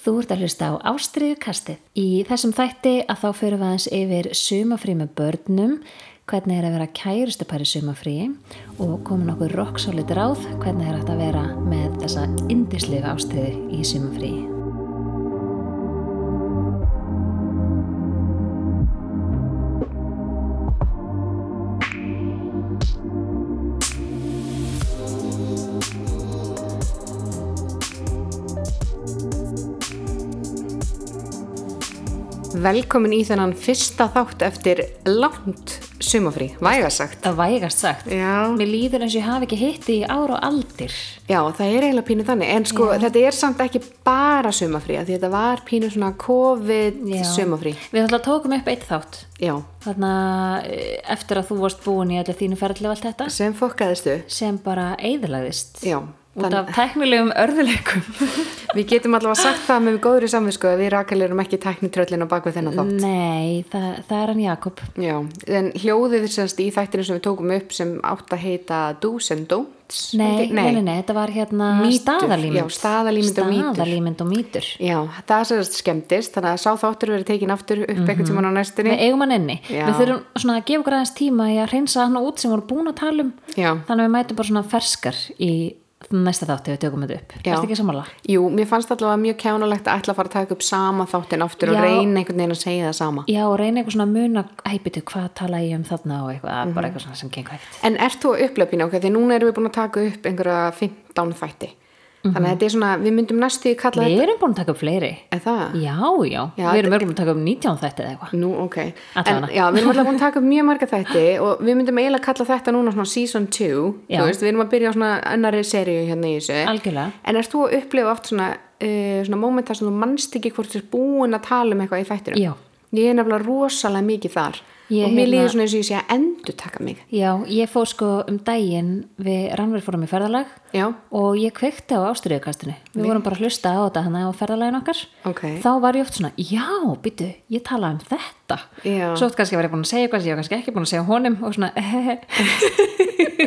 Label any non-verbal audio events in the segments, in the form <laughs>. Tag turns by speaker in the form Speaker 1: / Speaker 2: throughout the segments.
Speaker 1: Þú ert að hlusta á Ástriðu kastið. Í þessum þætti að þá förum við aðeins yfir sumafrí með börnum, hvernig er að vera kærustupari sumafrí og komin okkur rokksálit ráð hvernig er hægt að vera með þessa indislegu ástriðu í sumafrí.
Speaker 2: Velkomin í þennan fyrsta þátt eftir langt sumafrí, vægasagt.
Speaker 1: Það vægast sagt.
Speaker 2: Já.
Speaker 1: Mér líður eins og ég hafi ekki hitti í ár og aldir.
Speaker 2: Já, það er eiginlega pínu þannig, en sko þetta er samt ekki bara sumafrí, af því þetta var pínu svona COVID
Speaker 1: Já.
Speaker 2: sumafrí.
Speaker 1: Við ætla tókum upp eitt þátt.
Speaker 2: Já,
Speaker 1: Þarna eh, eftir að þú varst búin í allir þínu ferðli og allt þetta
Speaker 2: sem fokkaðistu.
Speaker 1: sem bara eigðlaðist.
Speaker 2: Já,
Speaker 1: Út af tæknilegum <laughs> örðuleikum.
Speaker 2: Við getum allavega sagt það með góðri samvisku sko, að við Rakel erum ekki tæknitröllin á bakvið þennan
Speaker 1: Mm.
Speaker 2: þátt.
Speaker 1: Nei, það, það er hann Jakob.
Speaker 2: Já, en hljóðið semst í þættinu sem við tókum upp sem átt að heita Do's and Don'ts.
Speaker 1: Nei,
Speaker 2: held ég-
Speaker 1: nei, nei, nei, þetta var hérna
Speaker 2: Mýtur,
Speaker 1: staðalímynd.
Speaker 2: já, staðalímynd og mýtur.
Speaker 1: Staðalímynd og mýtur.
Speaker 2: Já, það sérst skemmtist, þannig að sá þáttur verið tekin aftur
Speaker 1: Mhm.
Speaker 2: upp eitthvað tíman á næstunni.
Speaker 1: Við eigum hann inni.
Speaker 2: Já.
Speaker 1: Við þurfum svona að gefa okkur aðeins tíma í að reynsa hann út sem voru búin að tala um.
Speaker 2: Já.
Speaker 1: Þannig að við mætum bara svona ferskar í næsta þátti við tökum þetta upp.
Speaker 2: Já.
Speaker 1: Ertu ekki sammála?
Speaker 2: Jú, mér fannst allavega mjög kjánulegt að ætla að fara að taka upp sama þáttinn aftur
Speaker 1: Já.
Speaker 2: og reyna einhvern veginn að segja það sama.
Speaker 1: Já, og reyna eitthvað svona að muna, æpitu, hvað tala ég um þarna og eitthvað, bara
Speaker 2: Mhm.
Speaker 1: eitthvað svona sem gengur hægt.
Speaker 2: En ert þú að upplöpina okkar? Því núna erum við búin að taka upp einhverja 15 þætti. Þannig að þetta er svona, við myndum næstu í kalla
Speaker 1: Mhm. Við erum búin að taka upp fleiri.
Speaker 2: þetta. Er það?
Speaker 1: Já, já,
Speaker 2: Já,
Speaker 1: við erum örgum að taka upp 19 þætti eða eitthvað.
Speaker 2: Nú, ok.
Speaker 1: Allavega.
Speaker 2: En já, við erum alltaf búin að taka upp mjög marga þætti og við myndum eiginlega kalla þetta núna svona season 2.
Speaker 1: Já.
Speaker 2: Þú veist, við erum að byrja á svona annari seríu hérna í þessu.
Speaker 1: Algjörlega.
Speaker 2: En ert þú að upplifa oft svona, uh, svona momenta sem þú manst ekki hvort þú er búin að tala um eitthvað í þættinu?
Speaker 1: Já.
Speaker 2: Ég er nefnilega rosalega mikið þar
Speaker 1: Ég
Speaker 2: og mér
Speaker 1: hérna-
Speaker 2: líður svona eins og ég sé að endur taka mig.
Speaker 1: Já, ég fór sko um daginn við rannverð fórum í ferðalag
Speaker 2: Já,
Speaker 1: og ég kveikti á ástriðukastinu. Við vorum bara að hlusta á þetta þannig á ferðalagin okkar.
Speaker 2: ok.
Speaker 1: Þá var ég oft svona, já, byttu, ég tala um þetta.
Speaker 2: Já.
Speaker 1: Svo oft kannski var ég búin að segja eitthvað sem ég var kannski ekki búin að segja honum og svona, <laughs>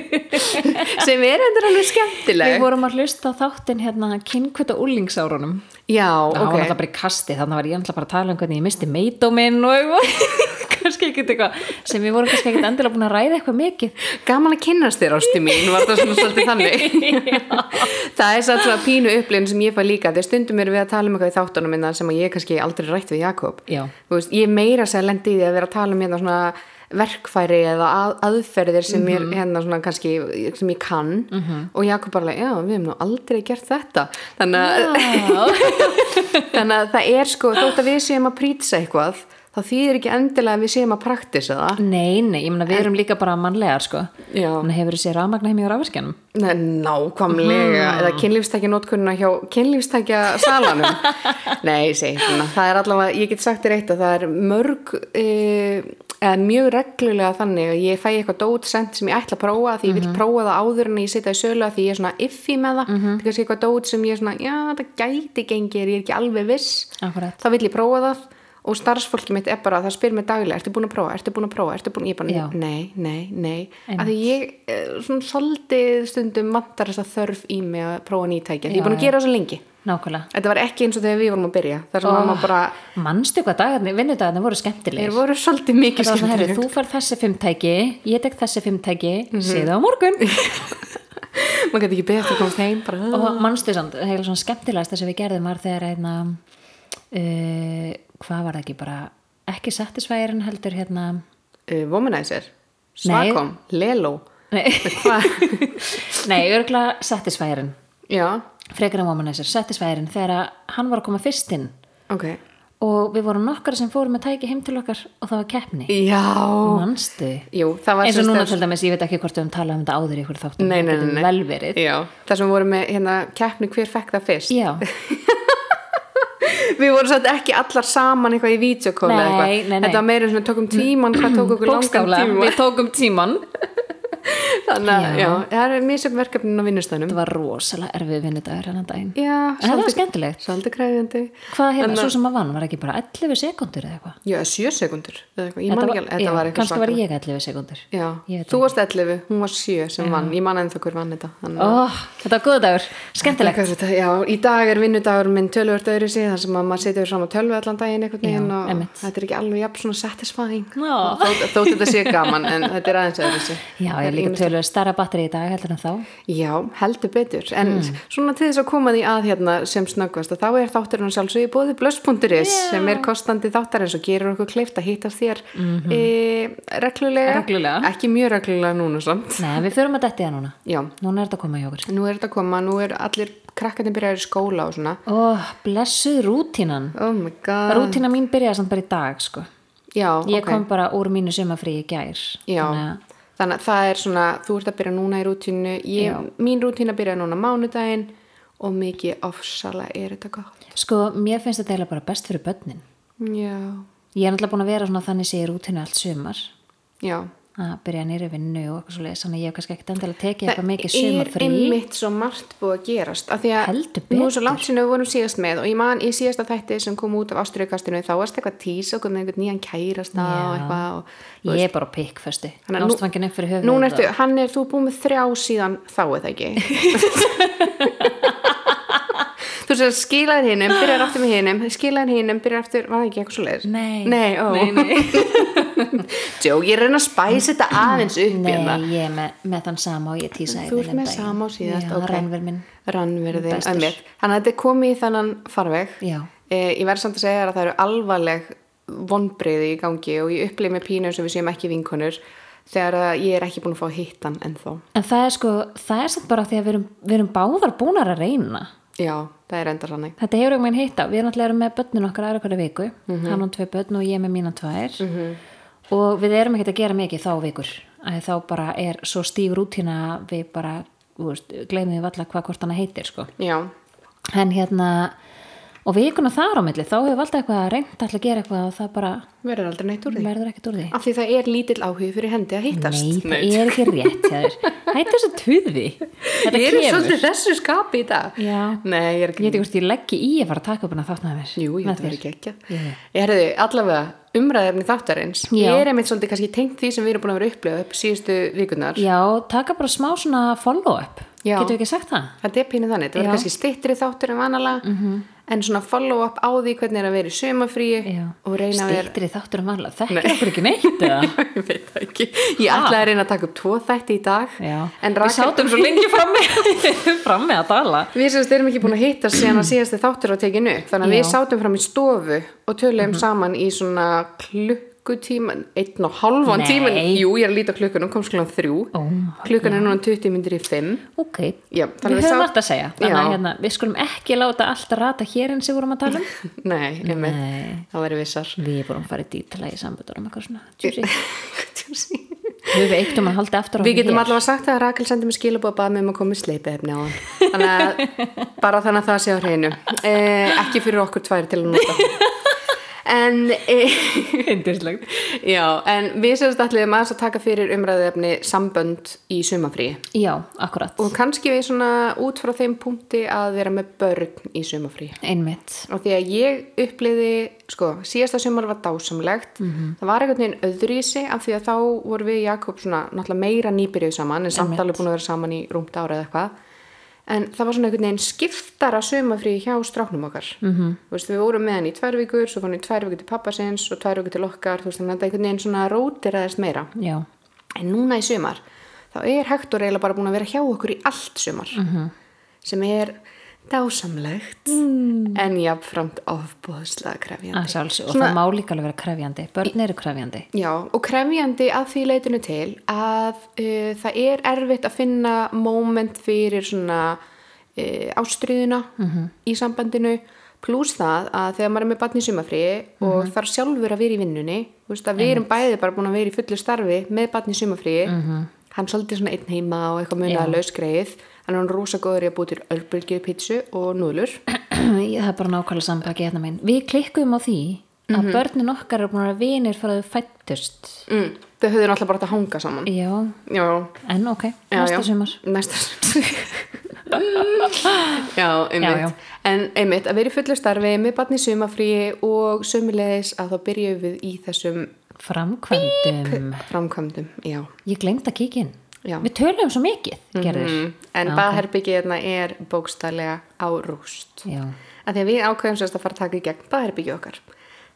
Speaker 2: Sem er endur alveg
Speaker 1: við
Speaker 2: skemmtileg.
Speaker 1: vorum að hlusta á þáttinn hérna kynkvita úlingsárunum.
Speaker 2: Já,
Speaker 1: Það var
Speaker 2: ok.
Speaker 1: alltaf bara í kasti, þannig var ég alltaf bara að tala um hvernig ég misti meitóminn og eitthvað, <laughs> kannski ekkert eitthvað, sem við vorum kannski ekkert endilega búin að ræða eitthvað mikið.
Speaker 2: Gaman að kynnast þér ástu mín, var það svona svolítið þannig. það er satt svona pínu upplifin sem ég fæ líka. Þegar stundum erum við að tala um eitthvað í þáttunum minna sem að ég kannski aldrei rætt við Jakob.
Speaker 1: Já.
Speaker 2: Þú veist, ég meira sér lendi í því að vera að tala um hérna svona verkfæri eða að, aðferðir sem ég er hérna svona kannski sem ég kann og Jakob bara, alveg, já, við hefum nú aldrei gert þetta þannig að, <laughs> þannig að það er sko, þótt að við séum að prýtsa eitthvað þá þýðir ekki endilega að við séum að praktisa það
Speaker 1: Nei, nei, ég meina við erum líka bara mannlegar sko.
Speaker 2: Já.
Speaker 1: Þannig hefur þessi rafmagna heim í rafverkjanum.
Speaker 2: Nei, nákvæmlega, eða kynlífstækja notkunna hjá kynlífstækja salanum Nei, ég segi svona, það er allavega, ég get sagt þér eitt að það er mörg, e, eða mjög reglulega þannig að ég fæ eitthvað dót sent sem ég ætla að prófa því ég vil prófa það áður en ég setja í sölu af því ég er svona iffi með það, mm -hmm. því kannski eitthvað dót sem ég er svona, já, þetta gæti gengir, ég er ekki alveg viss
Speaker 1: Akkurat.
Speaker 2: þá vil ég prófa það og starfsfólki mitt er bara að það spyr mér daglega ertu búin að prófa, ertu búin að prófa, ertu búin að ég
Speaker 1: Já.
Speaker 2: bara, nei, nei, nei
Speaker 1: Einmitt.
Speaker 2: af því ég eh, svona svolítið stundum vantar þess að þörf í mig að prófa nýtækja því ég er búin að gera það svo lengi
Speaker 1: Nákvæmlega.
Speaker 2: þetta var ekki eins og þegar við vorum að byrja þar sem oh. maður bara,
Speaker 1: Manstu hvað dagarnir, vinnudagarnir voru skemmtilegir.
Speaker 2: þeir voru svolítið mikið
Speaker 1: Það var svona, herri,
Speaker 2: skemmtileg
Speaker 1: þú fær þessi fimmtæki, ég tek þessi fimmtæki,
Speaker 2: Mhm.
Speaker 1: mm -hmm. á
Speaker 2: <laughs>
Speaker 1: morgun.
Speaker 2: maður gæti ekki beðið eftir að komast heim bara, oh.
Speaker 1: og manstu samt, heila svona skemmtilegast þess að við gerðum var þegar einna, uh, hvað var það ekki bara, ekki sattisvægirinn heldur hérna,
Speaker 2: eh, womanizer, svakom, lelo <laughs>
Speaker 1: nei,
Speaker 2: hvað,
Speaker 1: nei örgla sattisvægirinn,
Speaker 2: já,
Speaker 1: frekar en womanizer, sattisvægirinn, þegar að hann var að koma fyrst inn
Speaker 2: ok
Speaker 1: og við vorum nokkara sem fórum með tæki heim til okkar og það var keppni,
Speaker 2: já,
Speaker 1: manstu
Speaker 2: jú, það var
Speaker 1: eins og
Speaker 2: sem
Speaker 1: núna
Speaker 2: sagt-
Speaker 1: til dæmis, ég veit ekki hvort við höfum talað um þetta áður í ykkur þáttum,
Speaker 2: Nei, nei,
Speaker 1: það
Speaker 2: nei,
Speaker 1: getur
Speaker 2: nei.
Speaker 1: vel verið
Speaker 2: Já, það sem voru með hérna keppni hver fekk það fyrst
Speaker 1: já,
Speaker 2: Við vorum satt ekki allar saman eitthvað í vítjókóla
Speaker 1: Nei,
Speaker 2: eitthvað
Speaker 1: nei, nei.
Speaker 2: Þetta var meira svona tökum tíman, hvað tók okkur langan
Speaker 1: bókstála
Speaker 2: tíma
Speaker 1: við tókum tíman
Speaker 2: Það þannig að
Speaker 1: Já.
Speaker 2: já, það er mjög sem verkefnin á vinnustænum
Speaker 1: Þetta var rosalega erfið vinnudagur hennan daginn.
Speaker 2: já,
Speaker 1: En það var skemmtilegt.
Speaker 2: svolítið kræfjandi
Speaker 1: Hvað hérna, svo sem að vann, var ekki bara 11 sekundur eða eitthvað?
Speaker 2: já, sjö sekundur eða eitthvað, ég man ekki alveg, þetta var eitthvað
Speaker 1: Kannski var
Speaker 2: svakar
Speaker 1: ég 11 sekundur.
Speaker 2: já,
Speaker 1: Ég veit
Speaker 2: þú varst 11, hún var sjö sem vann, ég man ennþá hver vann þetta þannig
Speaker 1: Ó,
Speaker 2: að-
Speaker 1: þetta var góða dagur, skemmtilegt.
Speaker 2: Hvað er þetta? Já, í dag er vinnudagur minn tölvört öðru sig þar sem að maður setjur fram á tölvu allan daginn einhvern veginn og
Speaker 1: einmitt.
Speaker 2: þetta er ekki alveg jafn svona satisfying
Speaker 1: Ná.
Speaker 2: þótt, þótt þetta sé gaman en þetta er aðeins öðru sig
Speaker 1: Já, ég er líka tölur starra batteri í dag heldur en þá.
Speaker 2: Já, heldur betur en
Speaker 1: Hmm.
Speaker 2: svona til þess að koma því að hérna sem snöggvast að þá er þátturinn sjálfsög í bóði blöss.is sem er kostandi þáttarins og gerir okkur kleift að hittast þér e, reglulega.
Speaker 1: Mhm. Reglulega.
Speaker 2: ekki mjög reglulega núna samt
Speaker 1: Nei, við förum að detti það núna.
Speaker 2: Já,
Speaker 1: Núna er þetta að koma hjá okkur.
Speaker 2: nú er þetta að koma, nú er allir krakkarnir byrjaðir í skóla og svona
Speaker 1: Ó, blessuð rútínan.
Speaker 2: Oh my god
Speaker 1: Rútína mín byrjaði samt bara í dag, sko.
Speaker 2: Já,
Speaker 1: Ég
Speaker 2: ok.
Speaker 1: kom bara úr mínu sumafrí í gær.
Speaker 2: Já,
Speaker 1: Þannig að-
Speaker 2: þannig að það er svona, þú ert að byrja núna í rútínu, ég, mín rútína byrja núna mánudaginn og mikið ofsala er þetta gott.
Speaker 1: Sko, mér finnst þetta eiginlega bara best fyrir börnin.
Speaker 2: Já,
Speaker 1: Ég er náttúrulega búin að vera svona þannig sé ég er útinu allt sumar
Speaker 2: já.
Speaker 1: að byrja nýri vinnu og eitthvað svoleiðis þannig að ég hef kannski ekkert endilega tekið eitthvað mikið
Speaker 2: er
Speaker 1: sumarfrí
Speaker 2: einmitt svo margt búið að gerast af því að
Speaker 1: Heldur
Speaker 2: nú er svo
Speaker 1: betur.
Speaker 2: langt sinni við vorum síðast með og ég man í síðasta þætti sem kom út af ástriðkastinu þá varst eitthvað tís okkur með einhvern nýjan kærasta og eitthvað og
Speaker 1: Ég er bara á pikkföstu
Speaker 2: Þannig að nú-
Speaker 1: Ástfangin upp fyrir höfuð
Speaker 2: Núna ertu, hann er, þú er búin með þrjá síðan þá eða
Speaker 1: <laughs>
Speaker 2: ekki Þú sér skilaðir hinnum, byrjar aftur með hinnum skilaðir hinnum, byrjar aftur, var það ekki eitthvað svo leiðis?
Speaker 1: Nei.
Speaker 2: Nei, ó
Speaker 1: Nei, nei,
Speaker 2: <laughs> Jók, ég reyna að spæsa þetta aðeins upp hérna
Speaker 1: nei ég er með, með þann sama og ég tísa hérna um
Speaker 2: Þú ert með sama og síðast,
Speaker 1: Já,
Speaker 2: ok.
Speaker 1: rannverð minn
Speaker 2: Rannverðin,
Speaker 1: Bestur.
Speaker 2: ömmið Þannig að þetta er komið í þennan farveg
Speaker 1: Já.
Speaker 2: Eh, Ég verð samt að segja þér að það eru alvarleg vonbriði í gangi og ég upplið með pínu eins og við séum ekki vinkonur þegar að ég er ekki búin að fá hittan ennþá
Speaker 1: En það er sko, það er samt bara því að við erum, við erum báðar búnar að reyna
Speaker 2: Já, það er enda sannig
Speaker 1: Þetta hefur ekki meginn hitta, við erum alltaf erum með börnin okkar aðra hverja viku,
Speaker 2: Mhm.
Speaker 1: hann og tvei börn og ég með mína tvær og við erum ekkert að gera mikið þá vikur að þá bara er svo stíf rútina að við bara, þú veist, gleymum við alltaf hvað hvort hana heitir sko
Speaker 2: Já,
Speaker 1: en hérna, og vikuna þar á milli þá hefur við alltaf eitthvað reynd alltaf að gera eitthvað og það bara
Speaker 2: verður aldrei neitt úr því
Speaker 1: verður ekkert úr því
Speaker 2: af því það er lítill áhug fyrir hendi að hittast
Speaker 1: Nei, það er ekki rétt hjá þér. Hættu þessu tuði Þetta
Speaker 2: ég er
Speaker 1: kemur
Speaker 2: svolítið þessu skapi í dag
Speaker 1: Já.
Speaker 2: nei, ég
Speaker 1: Ég
Speaker 2: er ekki
Speaker 1: veit ekki hvort ég leggi í að fara að taka upp hana þátt með mér
Speaker 2: jú,
Speaker 1: Með
Speaker 2: ég þetta
Speaker 1: þér.
Speaker 2: verður ekki ekki
Speaker 1: Jú.
Speaker 2: ég herði allavega umræðefni þáttarins
Speaker 1: Já.
Speaker 2: ég er einmitt svolítið kannski tengt því sem við erum búin að vera að upplifa upp síðustu vikunar
Speaker 1: Já, taka bara smá svona follow-up.
Speaker 2: Já.
Speaker 1: Getur við ekki sagt það?
Speaker 2: þetta er pínu þannig, þetta
Speaker 1: Já. Mhm.
Speaker 2: verður kannski stittri þáttur en vanalega -hmm. en svona follow up á því hvernig er að vera í sömafríi
Speaker 1: Já.
Speaker 2: og reyna að vera
Speaker 1: Stýttir í þáttur um alla. Þekkir okkur ekki neitt eða?
Speaker 2: <laughs> ég veit það ekki, ég ætlaði að reyna að taka upp tvo þætti í dag
Speaker 1: Já.
Speaker 2: en
Speaker 1: Við
Speaker 2: Rakel
Speaker 1: sátum svo lengi frammi, frammi <laughs> að tala.
Speaker 2: Við semst erum ekki búin að hitta síðan að síðasti þáttur á tekinu þannig að við
Speaker 1: Já. Mhm.
Speaker 2: sátum fram í stofu og töluðum saman í svona klukkutíman, einn og halvan
Speaker 1: Nei. Oh
Speaker 2: tíman Jú, ég er að líta á klukkan og kom skiljan þrjú
Speaker 1: Ó,
Speaker 2: Klukkan er núna 20 myndir í fimm
Speaker 1: ok.
Speaker 2: Já,
Speaker 1: við
Speaker 2: þannig við
Speaker 1: höfum
Speaker 2: sá-
Speaker 1: allt að segja. Þannig að
Speaker 2: Já.
Speaker 1: hérna, við skulum ekki láta allt að rata hér eins og vorum að tala um.
Speaker 2: <laughs> Nei, einmitt,
Speaker 1: Nei.
Speaker 2: það væri vissar
Speaker 1: Við vorum farið dítala í samböndunum eitthvað svona. Tjúsi. Við við eittum að halda aftur á
Speaker 2: Við getum
Speaker 1: hér. <laughs>
Speaker 2: allavega sagt að Rakel sendi mér skilabóð að baða mig um að koma í sleipið efni á hann Þannig að
Speaker 1: <laughs>
Speaker 2: bara þannig að það sé á hreinu eh, Ekki fyrir okkur tvær til að
Speaker 1: <laughs>
Speaker 2: nota En eh,
Speaker 1: Hindislegt.
Speaker 2: Já, en við semst ætliðum aðeins að taka fyrir umræðefni sambönd í sumafríi
Speaker 1: Já, akkurat.
Speaker 2: og kannski við svona út frá þeim punkti að vera með börn í sumafríi
Speaker 1: Einmitt.
Speaker 2: og því að ég uppliði, sko, síðasta sumar var dásamlegt það var einhvern veginn öðruvísi af því að þá voru við Jakob svona náttúrulega meira nýbyrjuð saman en samt alveg búin að vera saman í rúmt ára eða eitthvað en það var svona einhvern veginn skiptara sumafríi hjá stráknum okkar -hmm. veist, við vorum með hann í tvær vikur svo fann hann í tvær vikur til pappasins og tvær vikur til okkar þú veist, þannig að þetta einhvern veginn svona rótiraðist meira
Speaker 1: Já.
Speaker 2: En núna í sumar, þá er Hector eiginlega bara búin að vera hjá okkur í allt sumar sem er dásamlegt mm. en jafnframt ofbóðslega
Speaker 1: Að
Speaker 2: krefjandi.
Speaker 1: sjálfsög. Og það má líka alveg vera krefjandi. Börn eru krefjandi.
Speaker 2: Já, og krefjandi að því leitinu til að uh, það er erfitt að finna moment fyrir svona uh, ástriðuna í sambandinu pluss það að þegar maður er með barn í sumafríi og þarf sjálfur að vera í vinnunni, þú veist að við erum bæði bara búin að vera í fullu starfi með barn í sumafríi hann svolítið svona einn heima og eitthvað munaða lausgreið hann er hann rosa góður í að búið til örbylgju, pítsu og núðlur
Speaker 1: Ég- það er bara nákvæmlega sambaki hérna minn við klikkum á því
Speaker 2: Mhm.
Speaker 1: að börnin okkar eru búin að vera vinir frá þau fættust
Speaker 2: mm. Þau höfðu náttúrulega bara átt að hanga saman
Speaker 1: já,
Speaker 2: Já,
Speaker 1: en ok,
Speaker 2: já
Speaker 1: næsta
Speaker 2: já.
Speaker 1: sumar
Speaker 2: Næsta sumar Já, einmitt
Speaker 1: Já, já.
Speaker 2: En einmitt, að vera í fullu starfi með barni sumafríi og sömulegis að þá byrjum við í þessum
Speaker 1: framkvæmdum
Speaker 2: framkvæmdum Já,
Speaker 1: ég glemt að kíkja inn
Speaker 2: Já.
Speaker 1: við töluðum svo mikið, gerður
Speaker 2: mm. en okay. baðherbyggið er bókstælega á rúst
Speaker 1: já,
Speaker 2: að því að við ákveðum sérst að fara að taka í gegn baðherbyggið okkar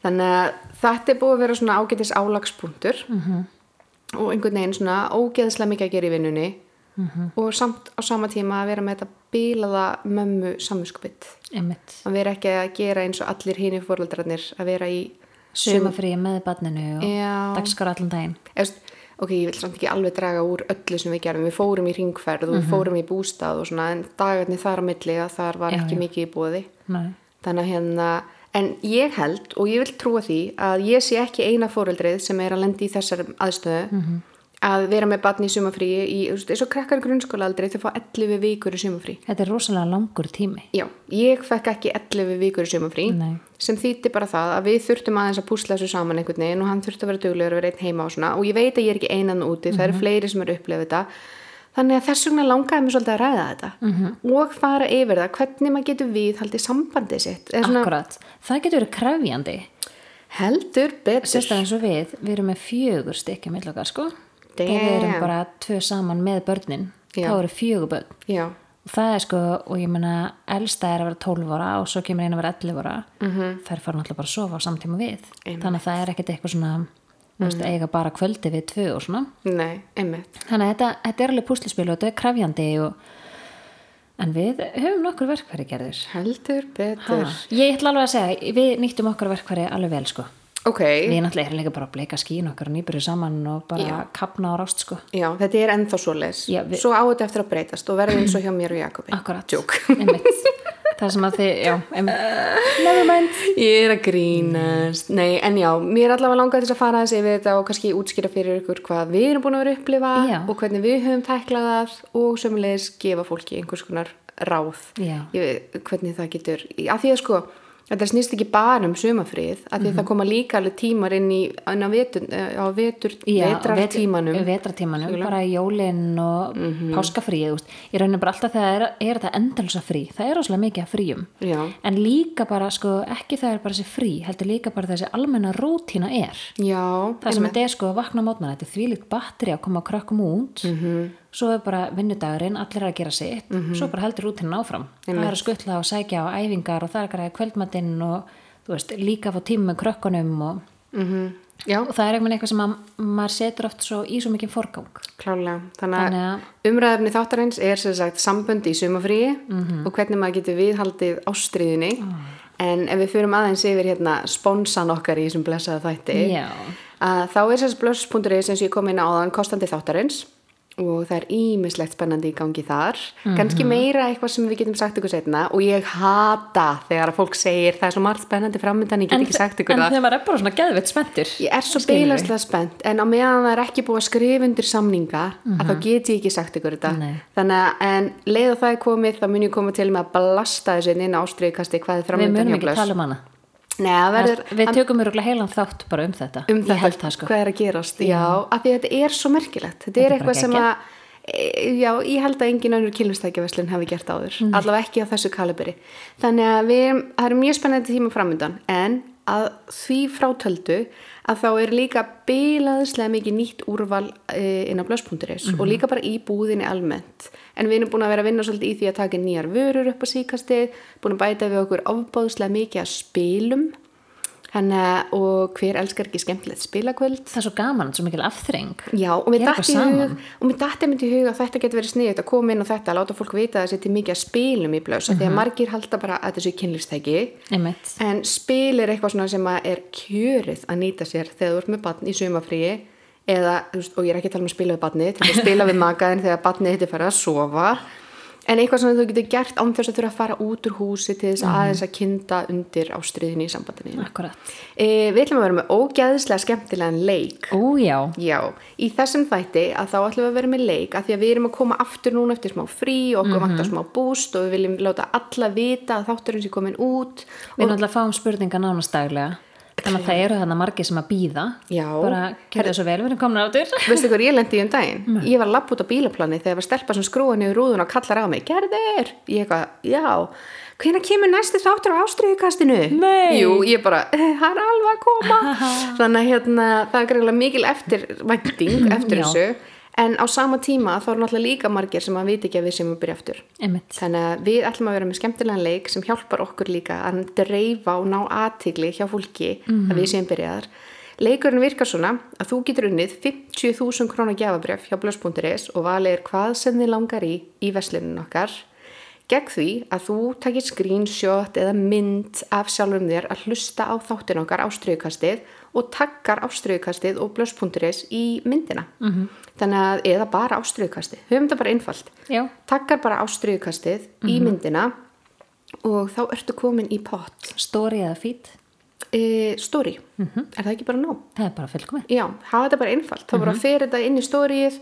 Speaker 2: þannig að þetta er búið að vera svona ágætis álagspunktur
Speaker 1: Mhm.
Speaker 2: -hmm. og einhvern veginn svona ógeðslega mikið að gera í vinnunni
Speaker 1: Mhm.
Speaker 2: -hmm. og samt á sama tíma að vera með þetta bílaða mömmu samvinskupið
Speaker 1: einmitt
Speaker 2: að vera ekki að gera eins og allir hini fóröldrarnir að vera í
Speaker 1: sumafrí með barninu og
Speaker 2: Já.
Speaker 1: dagskar allan daginn
Speaker 2: Efst, ok, ég vil samt ekki alveg draga úr öllu sem við gerum, við fórum í ringferð og
Speaker 1: Mhm.
Speaker 2: við fórum í bústað og svona, en dagarnir þar á milli að þar var
Speaker 1: Já,
Speaker 2: ekki
Speaker 1: já.
Speaker 2: mikið í bóði
Speaker 1: Nei.
Speaker 2: þannig að hérna, en ég held og ég vil trúa því að ég sé ekki eina fóreldrið sem er að lenda í þessar aðstöðu að vera með batni í sumafríi í, þú veist, eins og krakkar í grunnskólaaldri þau fá 11 vikur í sumafrí
Speaker 1: þetta er rosalega langur tími
Speaker 2: já, ég fekk ekki 11 vikur í sumafrí
Speaker 1: Nei.
Speaker 2: sem þýtti bara það að við þurftum aðeins að púsla þessu saman einhvern veginn og hann þurfti að vera duglegur að vera einn heima og svona og ég veit að ég er ekki einan úti, það eru fleiri sem eru upplefið þetta þannig að þess vegna langaði mér svolítið að ræða þetta og fara yfir það hvernig maður getur við haldið sambandið sitt Eða svona,
Speaker 1: akkurat, það getur verið krefjandi
Speaker 2: heldur betur
Speaker 1: sérstaklega eins og við, við erum með fjögur stykki millogar sko
Speaker 2: Damn.
Speaker 1: þegar við erum bara tvö saman með börnin
Speaker 2: Já.
Speaker 1: þá eru fjögur börn
Speaker 2: Já,
Speaker 1: og það er sko, og ég meina elsta er að vera 12 ára og svo kemur einu að vera 11 ára -hmm. þær fara náttúrulega bara að sofa á samtíma við þannig að það er ekkert eitthvað svona þú veist, eiga bara kvöldi við tvö og svona
Speaker 2: nei, einmitt
Speaker 1: þannig að þetta, þetta er alveg púslispil og þetta er krafjandi og... en við höfum nokkur verkfæri gerður
Speaker 2: heldur betur
Speaker 1: ég ætla alveg að segja, við nýttum okkar verkfæri alveg vel sko
Speaker 2: ok,
Speaker 1: við náttúrulega erum líka bara að bleika skín okkar og nýbyrju saman og bara kapna á rást sko
Speaker 2: já, þetta er ennþá svo les
Speaker 1: Já, við-
Speaker 2: svo á þetta eftir að breytast og verða eins og hjá mér og Jakobi
Speaker 1: akkurat,
Speaker 2: Joke.
Speaker 1: einmitt það sem að þið, já, einmitt nevermind
Speaker 2: Ég er að grínast. Nei, en já, mér er allavega langað til þess að fara þessi yfir þetta og kannski útskýra fyrir ykkur hvað við erum búin að vera að upplifa
Speaker 1: Já.
Speaker 2: og hvernig við höfum tæklað það og sömulegis gefa fólki einhvers konar ráð.
Speaker 1: Já.
Speaker 2: Ég veit hvernig það getur, af því að sko, þetta snýst ekki bara um sumafrið, af því að það koma líka alveg tímar inn í, inn á, vetun, á vetur, vetrartímanum.
Speaker 1: vetrartímanum, bara jólin og mm -hmm. páskafríð úst. ég raunir bara alltaf þegar er, er þetta endalsa frí það er rosalega mikið af fríum
Speaker 2: Já.
Speaker 1: en líka bara, sko, ekki það er bara þessi frí heldur líka bara þessi almenna rútína er
Speaker 2: Já,
Speaker 1: það sem þetta er sko að vakna á mótnar þetta er þvílíkt batteri að koma krökkum út -hmm. svo er bara vinnudagurinn allir er að gera sitt, svo bara heldur rútínan áfram það er að skutla og sækja á æfingar og það er að gera kvöldmatinn og þú veist, líka að fá tíma með krökkunum og
Speaker 2: Mhm. já,
Speaker 1: og það er einhvern veginn eitthvað sem að, maður setur oft svo í svo mikið forgang
Speaker 2: Klálega, þannig
Speaker 1: Þannig
Speaker 2: að umræðefni þáttarins er sem sagt sambönd í sumafríi og hvernig maður getur viðhaldið ástriðinni en ef við fyrum aðeins yfir hérna sponsan okkar í þessum blessaða þætti
Speaker 1: Já.
Speaker 2: að Eh, þá er sem sagt blöss.is eins og ég kom inn á þann kostandi þáttarins og það er ímislegt spennandi í gangi þar kannski
Speaker 1: Mhm.
Speaker 2: meira eitthvað sem við getum sagt ykkur setna og ég hata þegar að fólk segir það er svo margt spennandi framöndan ég get ekki sagt ykkur
Speaker 1: en
Speaker 2: það
Speaker 1: þegar maður er bara svona geðveitt spenntur
Speaker 2: Ég er svo
Speaker 1: Skilur við.
Speaker 2: beilagslega spennt en á meðan það er ekki búið að skrifa undir samninga að þá get ég ekki sagt ykkur þetta
Speaker 1: Mhm. Nei.
Speaker 2: þannig að en leið að það er komið þá mun ég koma til með að blasta þessu inn á ástriðkasti hvað er
Speaker 1: við
Speaker 2: framöndan
Speaker 1: munum
Speaker 2: hjá
Speaker 1: ekki
Speaker 2: blöss
Speaker 1: tala um hana
Speaker 2: Nei, það verður
Speaker 1: við tökum öruglega heilan þátt bara um þetta
Speaker 2: um
Speaker 1: ég held
Speaker 2: þetta
Speaker 1: það sko
Speaker 2: hvað er að gerast já, af því að þetta er svo merkilegt þetta er
Speaker 1: er bara
Speaker 2: eitthvað sem að e, já, ég held að engin önnur kynlistækjaverslun hafi gert áður, allavega ekki á þessu kalibri þannig að við erum, það eru mjög spennandi tíma framöndan, en að því frátöldu að þá er líka bilaðislega mikið nýtt úrval e, inn á blöss.is og líka bara í búðinni almennt en við erum búin að vera að vinna svolítið í því að taka nýjar vörur upp á síkastið, búin að bæta við okkur ofbáðslega mikið að spilum Hanna, og hver elskar ekki skemmtilegt spilakvöld?
Speaker 1: það er svo gaman, svo mikil afþreng
Speaker 2: Já, og mér
Speaker 1: Gera
Speaker 2: datti
Speaker 1: eitthvað
Speaker 2: hug,
Speaker 1: saman.
Speaker 2: og mér datti myndi hug að þetta getur verið sniðið að koma inn á þetta að láta fólk vita að það setja mikið að spilum í blöðs, mm því
Speaker 1: Mhm.
Speaker 2: að margir halda bara að þessu kynlýfstæki,
Speaker 1: einmitt,
Speaker 2: en spil er eitthvað svona sem að er kjörið að nýta sér þegar þú ert með batn í sumafríi eða, þú veist, og ég er ekki að tala um að spila við batni til að spila við makaðin þegar batni þetta fara að sofa en eitthvað sem þú getur gert án þess að þurfa að fara út úr húsi til þess
Speaker 1: Mhm.
Speaker 2: aðeins að kynda undir ástriðinni í sambandinu þínu.
Speaker 1: akkurat
Speaker 2: E, við ætlum að vera með ógæðislega skemmtilegan leik.
Speaker 1: ójá,
Speaker 2: Já, í þessum þætti að þá ætlum við að vera með leik að því að við erum að koma aftur núna eftir smá frí og okkur vantar smá búst og við viljum láta alla vita að þátturinn sé komin út
Speaker 1: við náttúrulega fáum spurninga nánastaglega þannig að það eru þarna margir sem að býða
Speaker 2: Já.
Speaker 1: bara gerðu þessu vel, við erum komin áttur
Speaker 2: Veistu hvað ég lendi í um daginn? Ég var að lappa út á bílaplani þegar var stelpa sem skrúa niður rúðun og kallar á mig Gerður! Ég eitthvað, já Hvenær kemur næsti þáttur á ástriðukastinu?
Speaker 1: Nei.
Speaker 2: Jú, ég bara, "Eh, það er alveg að
Speaker 1: <laughs>
Speaker 2: koma Þannig að hérna, það er greiðlega
Speaker 1: <clears throat>
Speaker 2: mikil eftirvænting eftir
Speaker 1: Já.
Speaker 2: þessu En á sama tíma þá eru náttúrulega líka margir sem að vita ekki að við sem að byrja aftur
Speaker 1: Einmitt.
Speaker 2: Þannig að við ætlum að vera með skemmtilegan leik sem hjálpar okkur líka að dreifa og ná aðtigli hjá fólki að við séum byrjaðar. Leikurinn virkar svona að þú getur unnið 50.000 krónar gjafabref hjá blöss.is og valið er hvað sem þið langar í í veslunin okkar gegn því að þú takir screenshot eða mynd af sjálfum þér að hlusta á þáttin okkar ástriðukastið og takkar ástriðukastið og blöss.is í myndina. -hmm. Þannig að eða bara ástriðukastið. Höfum þetta bara einfalt
Speaker 1: Já,
Speaker 2: takkar bara ástriðukastið í myndina og þá ertu komin í pott
Speaker 1: stóri eða fít
Speaker 2: e, story, er það ekki bara nóg?
Speaker 1: það er bara fullkomið
Speaker 2: Já, hafa þetta bara einfalt þá bara fer þetta inn í storyið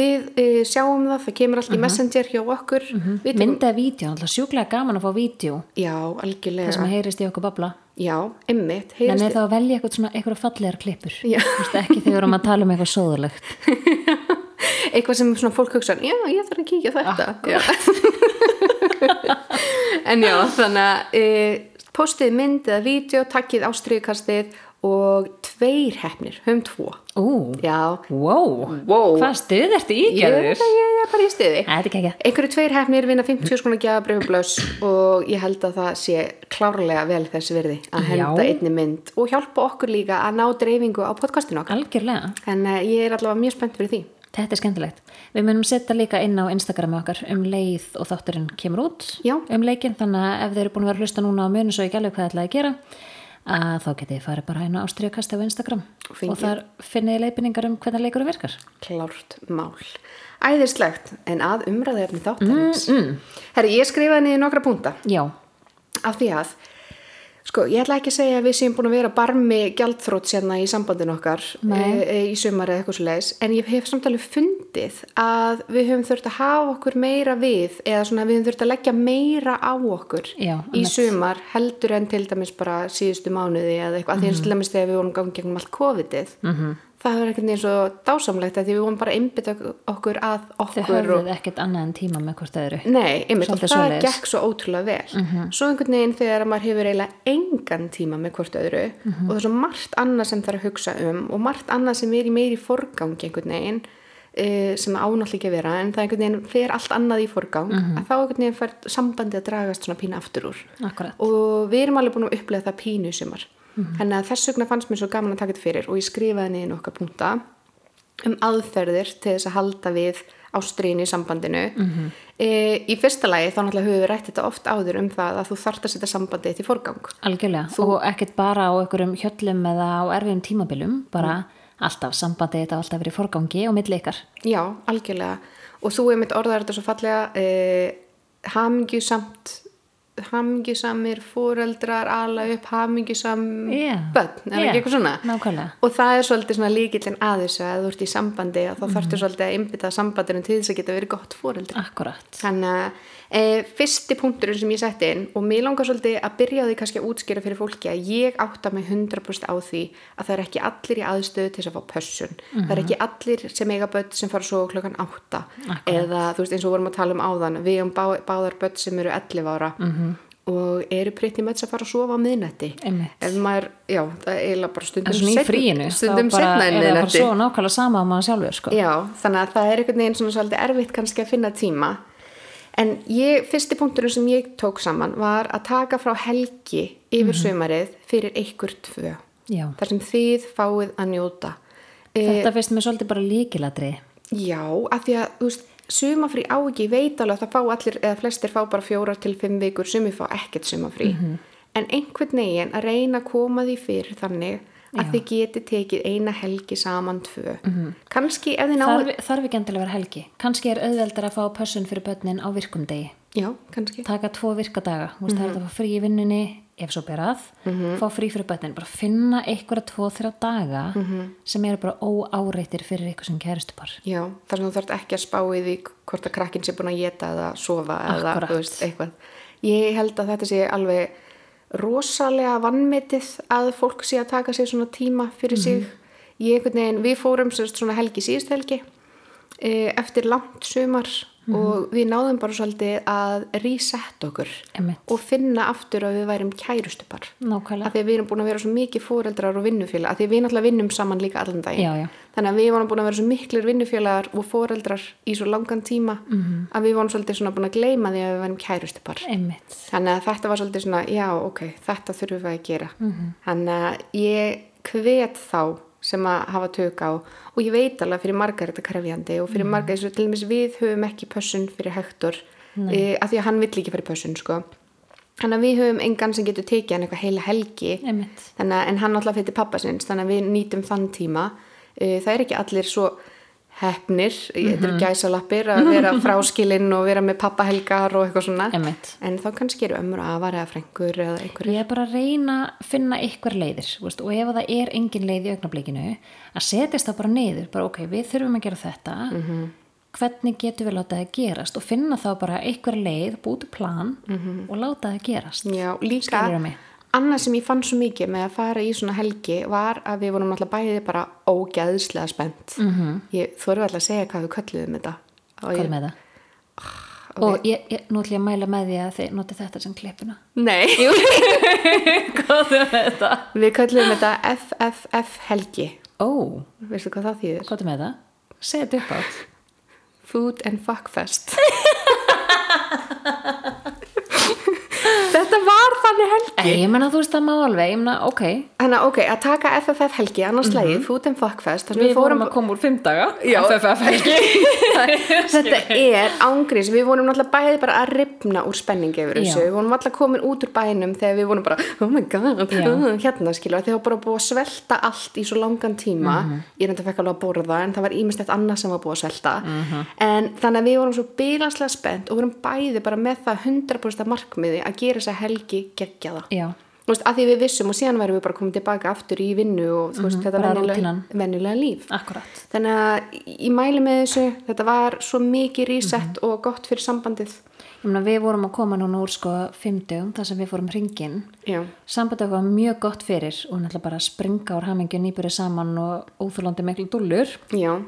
Speaker 2: við e, sjáum það, það kemur allt í messenger hjá okkur Við tökum-
Speaker 1: Mynda vídeo, alltaf sjúklega gaman að fá vídeo
Speaker 2: Já,
Speaker 1: það
Speaker 2: algjörlega
Speaker 1: sem heyrist í okkur babla
Speaker 2: Já, emmitt,
Speaker 1: en
Speaker 2: heyrist
Speaker 1: er þá að velja eitthvað svona eitthvað fallegar klippur
Speaker 2: Já.
Speaker 1: Þú veist, ekki þegar við erum að tala um eitthvað sóðulegt
Speaker 2: <laughs> eitthvað sem svona fólk hugsa já, ég þarf að kíkja á þetta já. <laughs> en já, þannig að e, postið mynd eða vídeo, takkið ástriðukastið og tveir hefnir, höfum tvo
Speaker 1: Ú,
Speaker 2: já,
Speaker 1: wow,
Speaker 2: Wow.
Speaker 1: hvað stuð ertu
Speaker 2: ég, ég,
Speaker 1: ígjörður?
Speaker 2: ég er bara í stiði
Speaker 1: Æ, Þetta er ekki ekki
Speaker 2: einhverju tveir hefnir vinna 50 skona gjafabrifublöss og ég held að það sé klárlega vel þess virði að
Speaker 1: Já.
Speaker 2: henda einni mynd og hjálpa okkur líka að ná dreifingu á podcastinu okkar
Speaker 1: Algjörlega,
Speaker 2: en e, ég er allavega mjög spennt fyrir því
Speaker 1: þetta er skemmtilegt Við munum setja líka inn á Instagram okkar um leið og þátturinn kemur út
Speaker 2: Já.
Speaker 1: um leikinn, þannig að ef þið eru búin að vera að hlusta núna á munu svo ekki alveg hvað þið ætlaði að gera að þá getið þið farið bara hæna á stríðkasti á Instagram
Speaker 2: Og fengið-
Speaker 1: og þar finnið þið leifinningar um hvernig leikurum virkar
Speaker 2: Klárt mál. Æðislegt, en að umræðefni þáttarins. Mm, mm. Herri, ég skrifaði niður nokkra púnta
Speaker 1: Já,
Speaker 2: af því að, sko, ég ætla ekki að segja að við séum búin að vera barmi gjaldþrótt sérna í sambandin okkar e,
Speaker 1: Nei.
Speaker 2: e, í sumar eða eitthvað svo leiðis, en ég hef samt alveg fundið að við höfum þurft að hafa okkur meira við eða svona við höfum þurft að leggja meira á okkur
Speaker 1: Já,
Speaker 2: í
Speaker 1: einmitt.
Speaker 2: sumar heldur en til dæmis bara síðustu mánuði eða eitthvað, mm -hmm. því að
Speaker 1: Mhm.
Speaker 2: til dæmis þegar við vorum gangi gegnum allt COVID-ið, -hmm. það hefur ekkert eins og dásamlegt að því við vorum bara einbytta okkur að
Speaker 1: þau
Speaker 2: okkur og
Speaker 1: höfðuð ekkert annað en tíma með hvort öðru
Speaker 2: Nei, einmitt, og
Speaker 1: Svolítið
Speaker 2: það
Speaker 1: svoleiðis. Mhm.
Speaker 2: gekk svo ótrúlega vel. Svo einhvern veginn þegar maður hefur eiginlega engan tíma með hvort öðru og
Speaker 1: Mhm.
Speaker 2: það er svo margt annað sem þarf að hugsa um og margt annað sem er í meiri forgang einhvern veginn eh, sem ánáttlega ekki að vera en það einhvern veginn fer allt annað í forgang
Speaker 1: Mhm.
Speaker 2: að þá einhvern veginn fær sambandi að dragast svona pína aftur úr
Speaker 1: Akkurat
Speaker 2: og við erum alveg búin að upplega það pínu sumar
Speaker 1: Mhm.
Speaker 2: þannig að þess vegna fannst mér svo gaman að taka þetta fyrir og ég skrifaði niður nokkar púnta um aðferðir til þess að halda við ástriðinu í sambandinu
Speaker 1: Mhm.
Speaker 2: e, í fyrsta lagi þá náttúrulega höfum við rætt þetta oft áður um það að þú þart að setja sambandi eitt í forgang
Speaker 1: Algjörlega, og ekkert bara á einhverjum hjöllum eða á erfiðum tímabilum, bara alltaf sambandi þetta á alltaf verið í forgangi og milli ykkar.
Speaker 2: já, algjörlega og þú er mitt orðar þetta svo fallega e, hamingjusamt hamingjusamir fóreldrar ala upp hamingjusam
Speaker 1: Já.
Speaker 2: börn, er það ekki
Speaker 1: Já,
Speaker 2: eitthvað svona
Speaker 1: nákvæmlega.
Speaker 2: og það er svolítið svona líkillin að þessu að þú ert í sambandi og þá þarftu svolítið að einbytta sambandinu til þess að geta verið gott fóreldri
Speaker 1: Akkurat.
Speaker 2: þannig að e, fyrsti punkturinn sem ég setti inn og mér langar svolítið að byrja á því kannski að útskýra fyrir fólki að ég átta mig 100% á því að það er ekki allir í aðstöðu til þess að fá pössun það er ekki allir sem eiga börn sem fara svo klokkan 8 eða þú veist eins og vorum að tala um áðan við um bá, báðar börn sem eru 11 ára -hmm. og eru pretty much að fara að sofa á miðnætti
Speaker 1: Einmitt.
Speaker 2: ef maður, já, það er eiginlega bara stundum
Speaker 1: En svona í
Speaker 2: seinna-
Speaker 1: fríinu,
Speaker 2: stundum
Speaker 1: þá bara
Speaker 2: setna en
Speaker 1: er það bara
Speaker 2: miðnætti
Speaker 1: svo nákvæmlega sama á maður sjálfur, sko.
Speaker 2: Já, þannig að það er einhvern veginn svona svolítið erfitt kannski að finna tíma. En ég, fyrsti punkturinn sem ég tók saman var að taka frá helgi yfir
Speaker 1: Mhm.
Speaker 2: sumarið fyrir ykkur tvö.
Speaker 1: Já.
Speaker 2: Þar sem þið fáið að njóta. E,
Speaker 1: Þetta finnst mér svolítið bara líkilatri.
Speaker 2: já, af því að, þú veist, sumafrí á ekki, ég veit alveg að það fá allir, eða flestir fá bara fjórar til fimm vikur, sumi fá ekkert sumafrí. En einhvern veginn að reyna að koma því fyrir þannig að þið geti tekið eina helgi saman tvö. Mm -hmm. Kanski ef þið náðu...
Speaker 1: Þarf, þarf ekki endilega að vera helgi. Kanski er auðveldar að fá pössun fyrir börnin á virkum degi.
Speaker 2: Já, kannski.
Speaker 1: Taka tvo virkadaga, þú veist, það er þetta að fá frí í vinnunni, ef svo berað, fá frí fyrir börnin, bara finna einhverja tvo, þrjá daga sem eru bara óáreittir fyrir ykkur sem kæristupar.
Speaker 2: Já, þar sem þú þarft ekki að spá í því hvort að krakkinn sé búin að geta eða sofa eða
Speaker 1: Akkúrat.
Speaker 2: þú veist, eitthvað. Ég held að þetta sé alveg rosalega vannmetið að fólk sé að taka sér svona tíma fyrir sig í einhvern veginn, við fórum sérst svona helgi síðust helgi eh, eftir langt sumar og við náðum bara svolítið að reset okkur
Speaker 1: Einmitt.
Speaker 2: og finna aftur að við værum kærustupar
Speaker 1: Nákvæmlega.
Speaker 2: af því að við erum búin að vera svo mikið fóreldrar og vinnufélag, af því að við náttúrulega vinnum saman líka allan daginn,
Speaker 1: Já, já.
Speaker 2: þannig að við varum búin að vera svo miklir vinnufélagar og fóreldrar í svo langan tíma -hmm. að við varum svolítið svona búin að gleyma því að við værum kærustupar
Speaker 1: Einmitt.
Speaker 2: þannig að þetta var svolítið svona, já ok þetta þurfum við að gera -hmm. þannig að ég hvet þá sem að hafa tök á og ég veit alveg að fyrir margar er þetta krefjandi og fyrir mm. margar, eins og til dæmis við höfum ekki pössun fyrir Hector, e, af því að hann vill ekki fyrir pössun sko, þannig að við höfum engan sem getur tekið hann eitthvað heila helgi
Speaker 1: Einmitt.
Speaker 2: þannig að, en hann alltaf fyrir pappa sinns þannig að við nýtum þann tíma Eh, það er ekki allir svo hefnir þetta
Speaker 1: Mhm.
Speaker 2: eru gæsalappir að
Speaker 1: <laughs>
Speaker 2: vera fráskilinn og vera með pappahelgar og eitthvað svona
Speaker 1: Einmitt.
Speaker 2: en þá kannski eru ömmur og afar eða frengur eða einhverjir
Speaker 1: Ég er bara að reyna að finna ykkur leiðir þú veist, og ef það er engin leið í augnablikinu að setjast það bara neyður bara ok, við þurfum að gera þetta hvernig getum við láta það gerast og finna þá bara ykkur leið, búti plan og láta það gerast
Speaker 2: Já, líka
Speaker 1: Skilurðu mig?
Speaker 2: annað sem ég fann svo mikið með að fara í svona helgi var að við vorum alltaf bæðið bara ógæðslega spennt mm
Speaker 1: Mhm.
Speaker 2: -hmm. ég þorðu alltaf að segja hvað við kölluðum þetta Og
Speaker 1: hvað
Speaker 2: ég,
Speaker 1: er með það? og ég, ég, nú ætlum ég að mæla með því að þið noti þetta sem klippuna
Speaker 2: Nei,
Speaker 1: <laughs> hvað er með þetta?
Speaker 2: við kölluðum þetta FFF helgi
Speaker 1: ó,
Speaker 2: veistu hvað það þýðir?
Speaker 1: hvað er með það? setja upp átt
Speaker 2: Food and Fuck Fest <laughs> Þetta var þannig helgi
Speaker 1: ég menna þú veist það má alveg ég menna ok,
Speaker 2: Þannig að ok, að taka FFF helgi annars mm lagið, Food and Fuck Fest þar sem
Speaker 1: við, fórum að koma úr fimm daga
Speaker 2: Já.
Speaker 1: FFF helgi
Speaker 2: Þetta er ángrís, við vorum náttúrulega bæði bara að ripna úr spenningi yfir þessu,
Speaker 1: Já.
Speaker 2: við vorum alltaf komin út úr bænum þegar við vorum bara, oh my god,
Speaker 1: Já.
Speaker 2: <laughs> hérna skilur, þegar bara búið að svelta allt í svo langan tíma,
Speaker 1: Mhm.
Speaker 2: ég reynda fekk alveg að borða en það var ímestett annað sem var búið að svelta,
Speaker 1: Mhm.
Speaker 2: en þannig að við vorum svo bilanslega spennt og vorum bæði bara með það 100% markmiði að gera þessa helgi geggja það.
Speaker 1: <laughs> já
Speaker 2: Þú veist, að því við vissum og síðan værum við bara komið tilbaka aftur í vinnu og þú veist, þetta
Speaker 1: Mhm. bara
Speaker 2: venjulega,
Speaker 1: rútínan.
Speaker 2: venjulega líf.
Speaker 1: Akkurat.
Speaker 2: Þannig að ég mæli með þessu, þetta var svo mikið reset og gott fyrir sambandið.
Speaker 1: Ég meina, við vorum að koma núna úr sko fimmtugum þar sem við fórum hringin.
Speaker 2: Já.
Speaker 1: Sambandi okkar var mjög gott fyrir og hún ætla bara að springa úr hamingju nýbyrju saman og óþúlandi miklu dúllur.
Speaker 2: Já,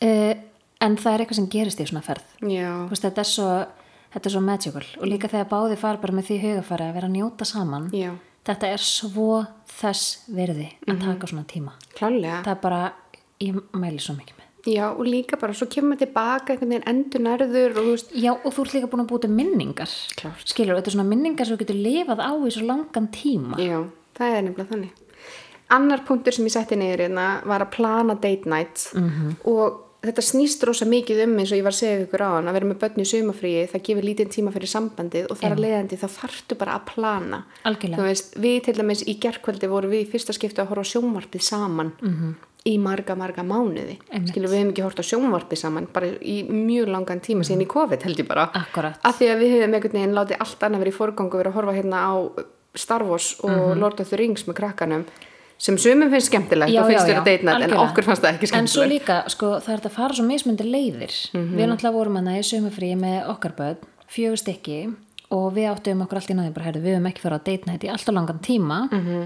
Speaker 1: Uh, en það er eitthvað sem gerist í svona ferð.
Speaker 2: já,
Speaker 1: Þú Veist, þetta, er svo, þetta er svo magical og líka þegar báði fara bara með því hugafæri að vera að njóta saman.
Speaker 2: já,
Speaker 1: Þetta er svo þess verði að taka svona tíma.
Speaker 2: klálega.
Speaker 1: Það er bara, ég mæli svo mikið með.
Speaker 2: Já, og líka bara, svo kemur maður tilbaka einhvern veginn endur nærður og þú veist,
Speaker 1: Já, og þú ert líka búin að búið til minningar.
Speaker 2: Klárt.
Speaker 1: Skilur, þetta er svona minningar sem þú getur lifað á í svo langan tíma.
Speaker 2: já, það er nefnilega þannig. Annar punktur sem ég setti niður hérna var að plana date night
Speaker 1: Mhm.
Speaker 2: -hmm. og þetta snýst rosa mikið um eins og ég var að segja við ykkur á hann að vera með börn í sumafríi, það gefur lítinn tíma fyrir sambandið og þar að leiðandi þá þarftu bara að plana.
Speaker 1: Algjörlega.
Speaker 2: Þú veist, við til dæmis í gerkvöldi vorum við í fyrsta skipti að horfa á sjónvarpið saman -hmm. í marga, marga mánuði.
Speaker 1: Mhm. Einmitt.
Speaker 2: Skilur, við hefum ekki hort á sjónvarpið saman, bara í mjög langan tíma,
Speaker 1: Mhm.
Speaker 2: síðan í COVID held ég bara.
Speaker 1: Akkúrat.
Speaker 2: Af því að við hefum einhvern veginn látið allt annað verið í forgangu verið að horfa hérna á Star Wars og
Speaker 1: Mhm.
Speaker 2: Lord of the Rings með krakkanum, sem sumum finnst skemmtilegt og finnst vera date night, en
Speaker 1: algjörlega.
Speaker 2: okkur fannst það ekki
Speaker 1: En svo
Speaker 2: skemmtilegt. Mhm.
Speaker 1: líka, sko, það er þetta að fara svo mismundi leiðir. Við náttúrulega vorum hana í sumafríi með okkar börn, fjögur stykki og við áttum okkur allt í náði bara, heyrðu, við höfum ekki fara á date night í alltaf langan tíma
Speaker 2: Mhm.
Speaker 1: -hmm.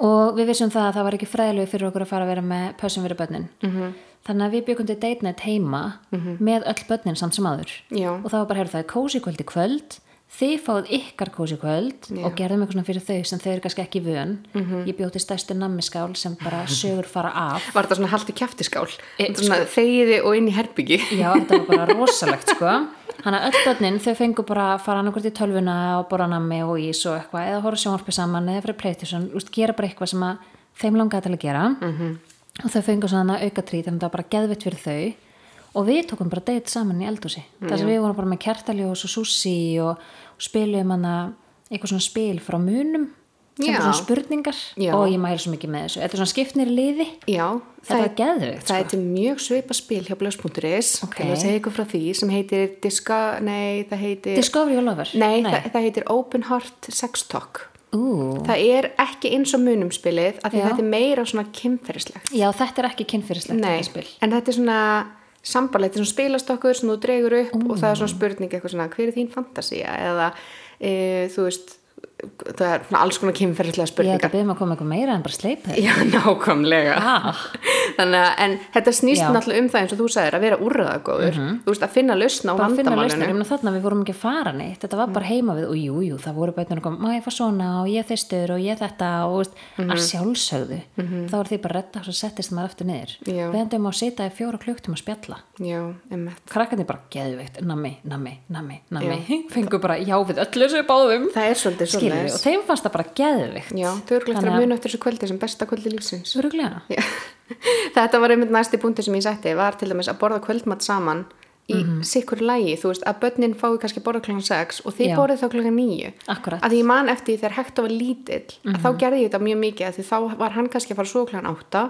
Speaker 1: og við vissum það að það var ekki fræðilegu fyrir okkur að fara að vera með pössum fyrir börnin.
Speaker 2: Mhm.
Speaker 1: -hmm. Þannig að við byggum til date night heima með öll börnin samt sem áður.
Speaker 2: Já.
Speaker 1: Og það var bara, heyrðu, það er kósi kvöld í kvöld, þið fáið ykkar kósi kvöld og gerðum eitthvað svona fyrir þau sem þau eru kannski ekki vön.
Speaker 2: Mhm.
Speaker 1: -hmm. Ég bjóti stærstu nammiskál sem bara sögur fara af.
Speaker 2: Var þetta svona haltu kjæftiskál,
Speaker 1: E,
Speaker 2: svona þegiði og inn í herbyggi.
Speaker 1: Já, þetta var bara rosalegt sko Þannig að öll börnin þau fengu bara að fara annarkvært í tölvuna og borða nammi og ís og eitthvað eða horfa sjónvarpi saman eða fyrir playstation úst, gera bara eitthvað sem að þeim langaði til að gera
Speaker 2: Mhm.
Speaker 1: -hmm. og þau fengu svona auka trít þannig að það var bara geðvitt fyrir þau og við tókum bara date saman í eldhúsi þar sem við vorum bara með kertaljós og sushi og, og spilum hana eitthvað svona spil frá munum sem
Speaker 2: Já.
Speaker 1: er svona spurningar
Speaker 2: Já.
Speaker 1: og ég mæl svo mikið með þessu Þetta er svona skipnir í liði
Speaker 2: Já,
Speaker 1: Þetta var geðveikt, sko.
Speaker 2: Það er til mjög svipa spil hjá blöss.is,
Speaker 1: Ok.
Speaker 2: okay. það segja ykkur frá því, sem heitir diska, nei, það heitir...
Speaker 1: Discovery og Lover
Speaker 2: Nei, Það, það heitir Open Heart Sex Talk.
Speaker 1: Ú,
Speaker 2: Það er ekki eins og munum spilið, af því
Speaker 1: Já.
Speaker 2: þetta er meira svona kynferðislegt.
Speaker 1: Já, þetta er ekki kynfyrirslegt
Speaker 2: Nei,
Speaker 1: þetta spil.
Speaker 2: en þetta er svona sambarlegt, þetta er svona spilast okkur sem þú dregur upp og það er svona spurning eitthvað svona hver er þín fantasía eða e, þú veist það er svona alls konar
Speaker 1: Ég
Speaker 2: kynferðislega
Speaker 1: ætla
Speaker 2: spurningar <laughs>
Speaker 1: að byrja um að koma eitthvað meira en bara sleipa þér.
Speaker 2: Já, nákvæmlega
Speaker 1: Ah.
Speaker 2: Þannig að, en þetta snýst
Speaker 1: Já. Mhm.
Speaker 2: náttúrulega um það eins og þú sagðir að vera úrraðagóður þú veist, að finna lausna á
Speaker 1: Bara að finna lausnir, ég
Speaker 2: vandamálinu Mm.
Speaker 1: meina þarna við vorum ekki að fara neitt, þetta var bara heima við og jú, jú, það voru bætnir að koma, má ég fá svona og ég þystur og ég þetta og veist,
Speaker 2: Mhm.
Speaker 1: að sjálfsögðu, þá er því bara að redda og svo settist maður aftur niður.
Speaker 2: Já.
Speaker 1: Við endum á að sita í fjóra klukktum að spjalla.
Speaker 2: Já, emmitt
Speaker 1: Krakkarnir bara geðveikt, nammi, nammi, nammi, nammi, <laughs> fengu bara já við öllu þessu báðum,
Speaker 2: Það er svolítið
Speaker 1: skilju,
Speaker 2: svoleiðis.
Speaker 1: og þeim fannst það bara geðveikt.
Speaker 2: Já, þau eru glættur að muna eftir þessu kvöldi sem besta kvöldi lífsins
Speaker 1: Öruglega.
Speaker 2: Já. <laughs> Þetta var einmitt næsti punkti sem ég setti var til dæmis að borða kvöldmatt saman í mm sikkur lægi, þú veist að börnin fái kannski að borða klokkan 6 og þið
Speaker 1: Já.
Speaker 2: borðið þá klokkan 9
Speaker 1: Akkúrat.
Speaker 2: að því ég man eftir því þegar hægt var lítill að þá gerði ég þetta mjög mikið að því þá var hann kannski að fara svo klokkan 8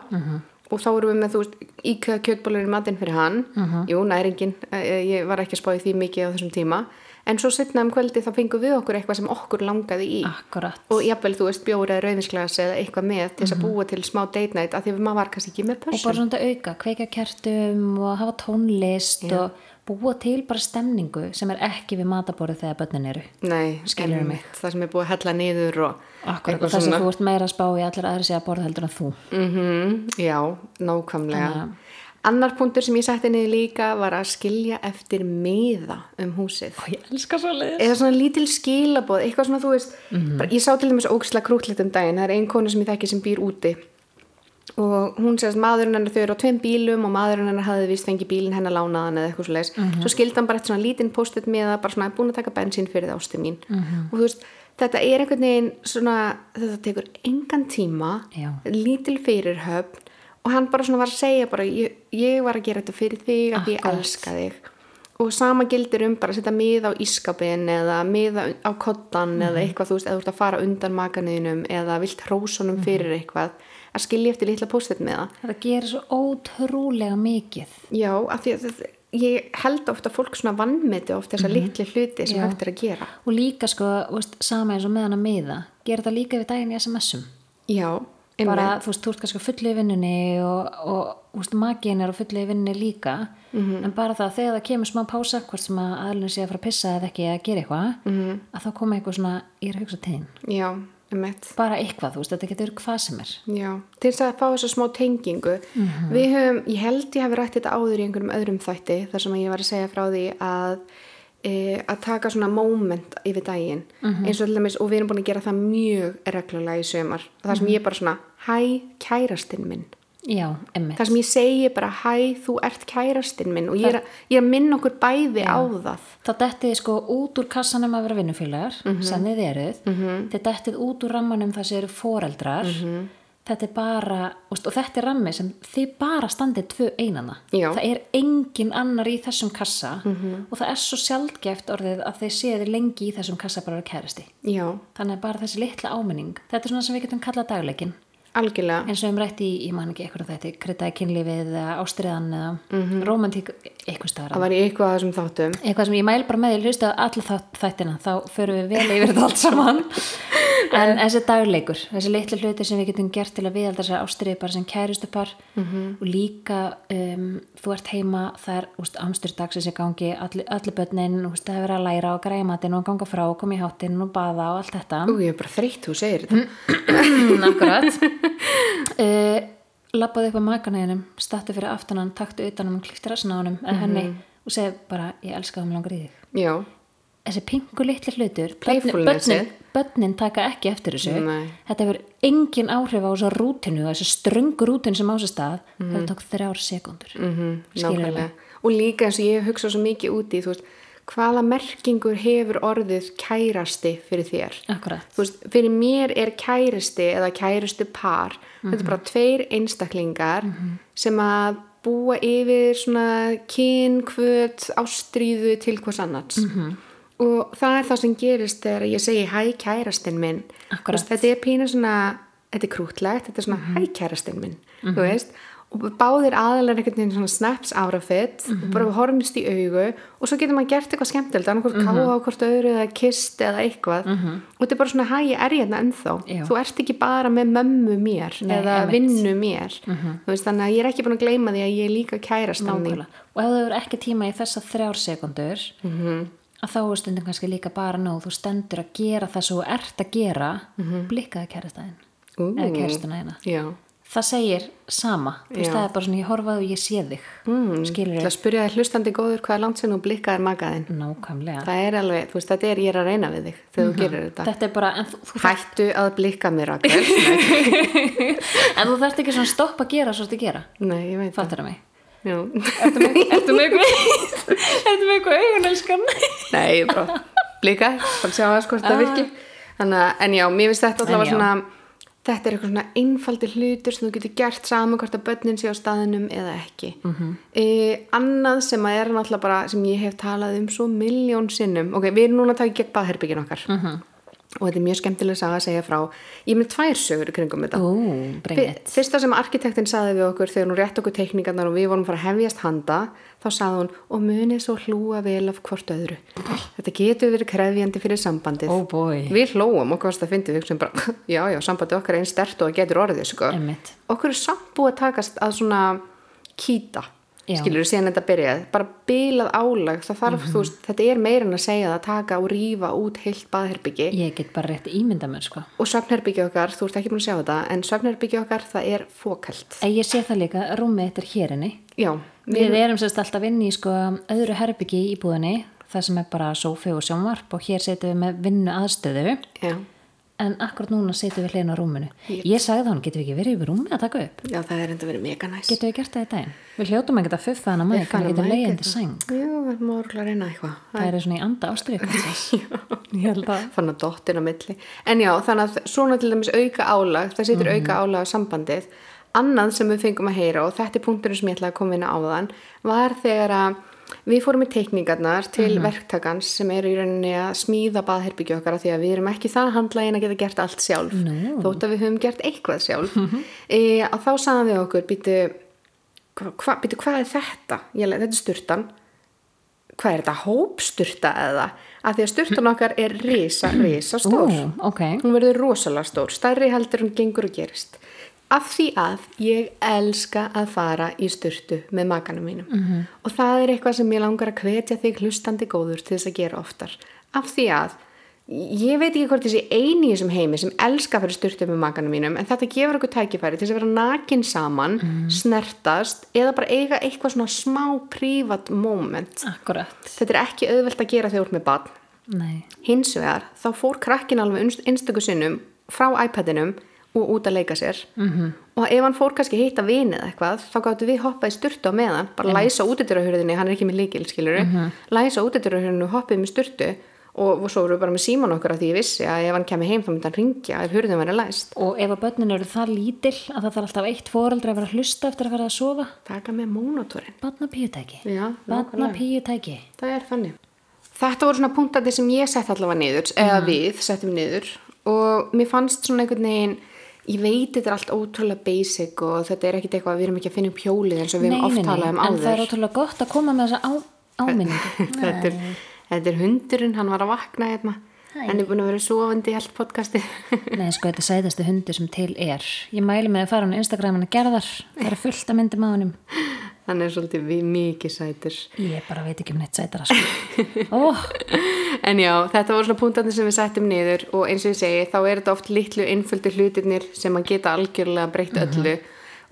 Speaker 2: og þá erum við með þú veist íkjöða kjötbólurinn matinn fyrir hann jú, næringin, eh, ég var ekki að spáði því mikið á þessum tíma en svo setna um kvöldi þá fengum við okkur eitthvað sem okkur langaði í
Speaker 1: Akkurat.
Speaker 2: og jafnvel þú veist bjóra eða rauðinsglas eða eitthvað með til þess að búa til smá date night af því að maður var kannski ekki með
Speaker 1: Mhm. og
Speaker 2: pössun
Speaker 1: bara svona að auka, kveika kertum og hafa tónlist og búa til bara stemningu sem er ekki við mataborðið þegar börnin eru
Speaker 2: Nei,
Speaker 1: Skilurðu
Speaker 2: einmitt, það sem er búið að hella niður og
Speaker 1: Akkurat, og þess að þú ert meira að spá í allir aðri sé að borða heldur en þú
Speaker 2: mm Já, nákvæmlega Annar punktur sem ég setti niður líka var að skilja eftir miða um húsið
Speaker 1: og ég elska svo leiðis
Speaker 2: eða svona lítil skilaboð, eitthvað svona þú veist bara, ég sá til dæmis ógisla krútlegt um daginn það er ein konu sem ég þekki sem býr úti og hún segist maðurinn hennar þau eru á tveim bílum og maðurinn hennar hafði vist fengið bílinn hennar lánaðan eða eitthvað svo leiðis svo skildi hann bara eitt svona lítinn post-it með það bara svona búin að taka bensín fyrir það ástu mín
Speaker 1: Mhm,
Speaker 2: og þú veist, þetta er einhvern veginn svona, þetta tekur engan tíma
Speaker 1: Já.
Speaker 2: lítil fyrirhöfn og hann bara svona var að segja bara, ég, ég var að gera þetta fyrir þig af því ég
Speaker 1: Akkúrat.
Speaker 2: elska þig og sama gildir um bara að setja mið á ískapin eða mið á- á kottan eða
Speaker 1: Mhm.
Speaker 2: eitthvað þú veist, eða þú ert að fara undan makaninum eða vilt hrósunum
Speaker 1: Mhm.
Speaker 2: fyrir eitthvað að skilja eftir litla post-it með það
Speaker 1: Þetta gerir svo ótrúlega mikið
Speaker 2: já, af því að þetta- ég held ofta að fólk svona vannmeti ofta þessa litli hluti sem
Speaker 1: Mhm. Já.
Speaker 2: hægt er að gera
Speaker 1: og líka sko, þú veist, sama eins og meðan að miða gerir þetta líka við daginn í SMS-um
Speaker 2: já,
Speaker 1: bara, þú veist, þú ert kannski á fullu í vinnunni og, og þú veist, magiðin er á fullu í vinnunni líka en bara það að þegar það kemur smá pása hvort sem að aðlun sé að fara að pissa eða ekki að gera eitthvað -hmm. að þá koma eitthvað svona, ég er að hugsa til þín
Speaker 2: já, emmitt
Speaker 1: bara eitthvað, þú veist, þetta getur hvað sem er
Speaker 2: Já, til þess að fá þessa smá tengingu við höfum, ég held ég hef rætt þetta áður í einhverjum öðrum þætti þar sem ég var að segja frá því að e, að taka svona moment yfir daginn eins og til dæmis og við erum búin að gera það mjög reglulega í sömar þar sem ég bara svona, hæ kærastinn minn
Speaker 1: já, emmitt,
Speaker 2: þar sem ég segi bara, hæ þú ert kærastinn minn og ég er, að- ég er að minna okkur bæði á það
Speaker 1: þá dettið þið sko út úr kassanum að vera vinnufélagar sem þið eruð þið dettið út úr rammanum það sem eru foreldrar þetta er bara, þú veist, og þetta er rammi sem þið bara standið tvö einana
Speaker 2: Já.
Speaker 1: það er engin annar í þessum kassa og það er svo sjaldgeft orðið að þið séðu lengi í þessum kassa bara að vera kæristi
Speaker 2: Já,
Speaker 1: þannig að bara þessi litla áminning þetta er svona sem við getum kallað dagleikin
Speaker 2: algjörlega
Speaker 1: eins og um rætt í, ég man ekki eitthvað um þetta kryddaði kynlífið, eða ástriðan eða rómantík, eitthvað staðar
Speaker 2: það var í eitthvað af þessum þáttum
Speaker 1: eitthvað sem ég mæl bara með, ég hlusta á alla þátt- þættina, þá förum við vel yfir þetta allt saman en þessi dagleikur þessi litlu hluti sem við getum gert til að við alltaf þessar ástriði bara sem kæristu par og líka um, þú ert heima, það er úst, amstur dagsins í gangi, all, allir börnin úst, það er verið að læra og græja matinn og ganga frá og koma í hátinn og baða og allt þetta
Speaker 2: Ú, ég er bara þreytt, þú segir þetta
Speaker 1: akkurat <laughs> uh, labbaðu upp á makanæðinum stattu fyrir aftanan, taktu utanum kliftir að snánum eða henni og segja bara ég elska það um langar í þig
Speaker 2: Já,
Speaker 1: þessi pingu litli hlutur
Speaker 2: Playfulnessi.
Speaker 1: börnin, börnin taka ekki eftir þessu
Speaker 2: eh? Nei.
Speaker 1: þetta hefur engin áhrif á þessa rútinu þessu ströngu rútin sem á þessu stað mm -hmm. það tók þrjár sekundur mm -hmm.
Speaker 2: Mhm. Nákvæmlega. Og líka eins og ég hef hugsað svo mikið úti, þú veist, hvaða merkingur hefur orðið kærasti fyrir þér?
Speaker 1: akkurat,
Speaker 2: Þú veist, fyrir mér er kæristi eða kæristi par, þetta er bara tveir einstaklingar sem að búa yfir svona kyn, kvöt, ástríðu til hvers annars. Og það er það sem gerist þegar ég segi hæ kærastinn minn.
Speaker 1: Akkúrat.
Speaker 2: Þú veist, Þetta er pínu svona, þetta er krútlegt, þetta er svona
Speaker 1: Mhm.
Speaker 2: hæ kærastinn minn, þú veist og báðir aðalega einhvern veginn svona snaps out of it
Speaker 1: Mhm.
Speaker 2: og bara við horfumst í augu og svo getur maður gert eitthvað skemmtilegt annarkvort
Speaker 1: Mhm.
Speaker 2: mm káða á hvort öðru eða kist eða eitthvað og þetta er bara svona hæ, ég er hérna ennþá
Speaker 1: Já.
Speaker 2: þú ert ekki bara með mömmu mér
Speaker 1: Nei,
Speaker 2: eða
Speaker 1: einmitt. Mhm.
Speaker 2: vinnu mér þú veist, þannig að ég er ekki búin að gleyma því að ég er líka kærastan þín Mhm.
Speaker 1: nákvæmlega og ef það eru ekki tíma í þessa þrjár sekundur að þá er stundum kannski líka bara nóg þú stendur að gera það sem þú ert að gera mm -hmm. blikkaðu kærastæðin
Speaker 2: Mhm. Ú.
Speaker 1: eða kærastuna hérna
Speaker 2: Já.
Speaker 1: það segir sama, þú veist
Speaker 2: Já.
Speaker 1: það er bara svona ég horfaðu og ég sé þig mm. skilur
Speaker 2: Til að spyrja þér hlustandi góður hvað er langt sinn og blikkaðir magaðinn.
Speaker 1: nákvæmlega
Speaker 2: Það er alveg, þú veist, þetta er ég er að reyna við þig þegar þú gerir þetta.
Speaker 1: Mhm. þetta er bara, en þú, þú,
Speaker 2: Hættu að blikka mér
Speaker 1: <laughs>
Speaker 2: akkur. Nei,
Speaker 1: en þú þarft ekki svona að stoppa að gera svo þetta gera,
Speaker 2: nei, ég veit það.
Speaker 1: fattar það mig
Speaker 2: Já.
Speaker 1: ertu með, ertu með ertu með eitthvað augunelskan
Speaker 2: <laughs> Nei, ég bara blika, bara sjá að hvort það virki. Þannig að, en já, mér finnst þetta
Speaker 1: Ah. En
Speaker 2: alltaf
Speaker 1: já.
Speaker 2: svona, þetta er eitthvað svona einfaldi hlutur sem þú getur gert saman hvort að börnin sé á staðinum eða ekki. Mm
Speaker 1: Mhm.
Speaker 2: -hmm. annað sem að er náttúrulega bara, sem ég hef talað um svo miljón sinnum, ok, við erum núna að taka í gegn baðherbyggin okkar. Mm
Speaker 1: Mhm.
Speaker 2: -hmm. Og þetta er mjög skemmtileg saga að segja frá, ég er með tvær sögur í kringum þetta.
Speaker 1: ú,
Speaker 2: Fyr-
Speaker 1: brengið
Speaker 2: Fyrsta sem arkitektin saði við okkur þegar hún rétt okkur teikningarnar og við vorum fara að hefjast handa þá saði hún og munið svo hlúa vel af hvort öðru þetta getur verið krefjandi fyrir sambandið
Speaker 1: oh boy,
Speaker 2: við hlóum okkur varst að fyndi við sem bara <laughs> já já sambandið okkar er einn stert og það getur orðið sko.
Speaker 1: emmitt
Speaker 2: okkur er samt búið að takast að svona kýta
Speaker 1: Já.
Speaker 2: skilur síðan þetta byrjað bara bilað álag það þarf þú veist þetta er meira en að segja það að taka og rífa út heilt baðherbyggi
Speaker 1: ég get bara rétt ímynda mér sko
Speaker 2: Og svefnherbyggja okkar, þú ert ekki búin að sjá þetta, en svefnherbyggja okkar, það er fókælt.
Speaker 1: En ég sé það líka, rúmið þetta er hérinni.
Speaker 2: Já,
Speaker 1: Við erum sérst alltaf inn í sko öðru herbyggi í búðinni, það sem er bara sófi og sjónvarp og hér setjum við með vinnu aðstöðu,
Speaker 2: já,
Speaker 1: en akkurat núna setjum við hliðin á rúminu. Ég sagði þá hann, getum við ekki verið yfir rúmið að taka upp?
Speaker 2: já, það er enda verið mega næs.
Speaker 1: Getum við gert það í daginn? Við hljótum ekkert að fuffa hana mæk, hann
Speaker 2: hana
Speaker 1: getum
Speaker 2: mæk
Speaker 1: leiðandi sæng.
Speaker 2: Jú, við erum orðlega að reyna eitthvað.
Speaker 1: Það er svona í anda ástriðkvæmsins.
Speaker 2: <laughs>
Speaker 1: ég held að.
Speaker 2: Fann að dottin á milli. En já, þannig að svona til dæmis auka álag, það situr auka álag á sambandið. Annað sem við fengum að heyra og þetta er punkturinn sem ég ætlaði að koma inn á áðan var þegar að við fórum í teikningarnar til verktakans sem eru í rauninni að smíða baðherbyggju okkar af því að við erum ekki það handlægin að geta gert allt sjálf
Speaker 1: Nú.
Speaker 2: þótt að við höfum gert eitthvað sjálf e, og þá sagðum við okkur býtu, hva, býtu hvað er þetta? Ég, le- þetta er sturtan hvað er þetta? Hópsturta eða? Af því að sturtan okkar er risa, risa
Speaker 1: Ú,
Speaker 2: stór
Speaker 1: ok.
Speaker 2: hún verður rosalega stór, stærri heldur hún gengur og gerist af því að ég elska að fara í sturtu með makanum mínum -hmm. og það er eitthvað sem ég langar að hvetja þig hlustandi góður til þess að gera oftar af því að ég veit ekki hvort þessi eini í þessum heimi sem elska að fara í sturtu með makanum mínum en þetta gefur okkur tækifæri til þess að vera nakin saman snertast eða bara eiga eitthvað svona smá prívat moment
Speaker 1: Akkurat.
Speaker 2: þetta er ekki auðvelt að gera þegar þú ert með barn
Speaker 1: Nei.
Speaker 2: Hins vegar, þá fór krakkin alveg einst- einstöku sinnum frá iPadinum og út að leika sér -hmm. og ef hann fór kannski að hitta vinið eitthvað þá gáttu við hoppa í styrtu á meðan bara læsa útidurahurðinni, hann er ekki með líkil skilur -hmm. læsa útidurahurðinni og hoppið með styrtu og, og svo voru við bara með síman okkar að því ég vissi að ef hann kemur heim þá myndi hann ringja ef hurðin væri læst
Speaker 1: Og ef að börnin eru það lítil að það þarf alltaf eitt foreldri að vera að hlusta eftir að fara að sofa,
Speaker 2: taka með mónotorinn
Speaker 1: batna píutæki.
Speaker 2: Já,
Speaker 1: Batna píutæki.
Speaker 2: það er þannig. Þetta voru svona punktandi sem ég sett allavega niður, eða
Speaker 1: Mhm.
Speaker 2: við settum niður og mér fannst svona einhvern veginn, ég veit þetta er allt ótrúlega basic og þetta er ekkit eitthvað að við erum ekki að finna upp hjólið eins og við erum oft talað um
Speaker 1: en það er
Speaker 2: áður.
Speaker 1: ótrúlega gott að koma með þessa á,
Speaker 2: <laughs>
Speaker 1: áminningu.
Speaker 2: þetta, er, þetta er hundurinn, hann var að vakna hérna, hann er búin að vera sofandi í allt podcastið. <laughs>
Speaker 1: Nei, sko, þetta er sæðasti hundur sem til er. Ég mæli með að fara hann á Instagram hann að gerðar. Það er fullt af myndum á hannum.
Speaker 2: hann er svolítið við mikið sætur.
Speaker 1: Ég bara veit ekki um neitt sætara,
Speaker 2: <laughs>
Speaker 1: sko. Ó,
Speaker 2: En já, þetta voru svona punktandi sem við settum niður og eins og ég segi, þá er þetta oft litlu innföldu hlutirnir sem að geta algjörlega breytt
Speaker 1: Mhm.
Speaker 2: öllu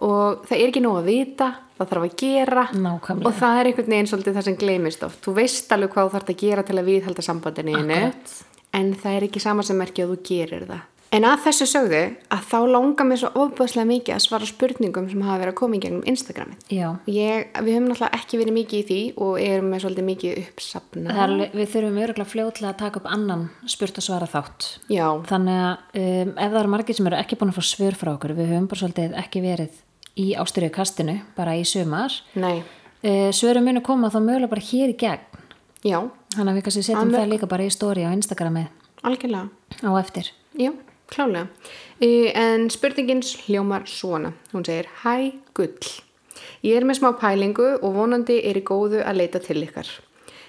Speaker 2: og það er ekki nóg að vita, það þarf að gera
Speaker 1: Nákvæmlega.
Speaker 2: og það er einhvern veginn svolítið það sem gleymist oft. Þú veist alveg hvað þú þarf að gera til að viðhalda sambandinu einu
Speaker 1: Akkurat.
Speaker 2: en það er ekki sama sem merkja að þú gerir það. En að þessu sögðu að þá langar mér svo ofbæðslega mikið að svara spurningum sem hafa verið að koma í gegnum Instagramið.
Speaker 1: já.
Speaker 2: Ég, við höfum náttúrulega ekki verið mikið í því og erum með svolítið mikið uppsapna.
Speaker 1: Það Er, alveg- við þurfum öruglega fljótlega að taka upp annan spurt og svara þátt.
Speaker 2: Já,
Speaker 1: Þannig að um, ef það eru margir sem eru ekki búin að fá svör frá okkur, við höfum bara svolítið ekki verið í ástyrju kastinu, bara í sumar.
Speaker 2: Nei,
Speaker 1: Uh, svörum munu koma þá mögulega bara hér í gegn.
Speaker 2: já,
Speaker 1: Þannig að við kannski setjum það líka bara í stóri á Instagramið
Speaker 2: algjörlega,
Speaker 1: á eftir.
Speaker 2: já, klálega. Eh, En spurningin hljómar svona, hún segir, hæ gull, ég er með smá pælingu og vonandi er í góðu að leita til ykkar.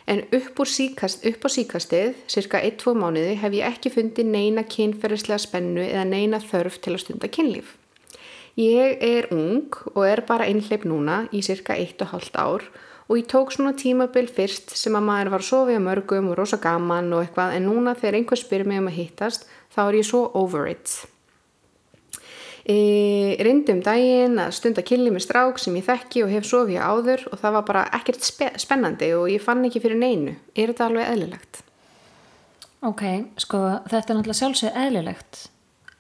Speaker 2: En upp, úr síkast, upp á síkastið, cirka 1-2 mánuði, hef ég ekki fundið neina kynferðislega spennu eða neina þörf til að stunda kynlíf. Ég er ung og er bara einhleip núna í cirka 1,5 ár og ég tók svona tímabil fyrst sem að maður var að sofa hjá mörgum og rosa gaman og eitthvað en núna þegar einhver spyr mig um að hittast þá er ég svo over it. E, reyndi um daginn að stunda kynli með strák sem ég þekki og hef sofið hjá áður og það var bara ekkert spe spennandi og ég fann ekki fyrir neinu. Er þetta alveg eðlilegt?
Speaker 1: Ok, sko þetta er náttúrulega sjálfsög eðlilegt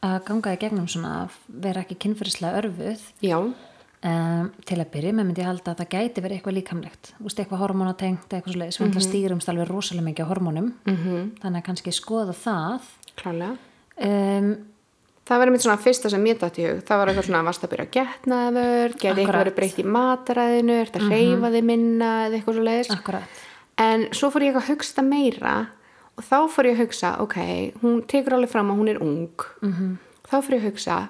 Speaker 1: að ganga í gegnum svona að vera ekki kynferðislega örfuð
Speaker 2: Já,
Speaker 1: um, til að byrja með myndi ég halda að það gæti verið eitthvað líkamlegt Þú veist, eitthvað hormónatengt, eitthvað svoleiðis við mm -hmm. stýrumst alveg rosalega mikið á hormónum -hmm. þannig að kannski skoða það
Speaker 2: klálega.
Speaker 1: um,
Speaker 2: Það var einmitt svona fyrsta sem mér dætt í hug. Það var eitthvað svona varst að byrja að getna þaður, geti eitthvað
Speaker 1: Akkurat. Mhm.
Speaker 2: verið breytt í mataræðinu, ert að hreyfa þig minna eða eitthvað svo leiðis.
Speaker 1: Akkurat
Speaker 2: En svo fór ég eitthvað að hugsa þetta meira og þá fór ég að hugsa, ok, hún tekur alveg fram að hún er ung.
Speaker 1: Mhm.
Speaker 2: -hmm. Þá fór ég að hugsa,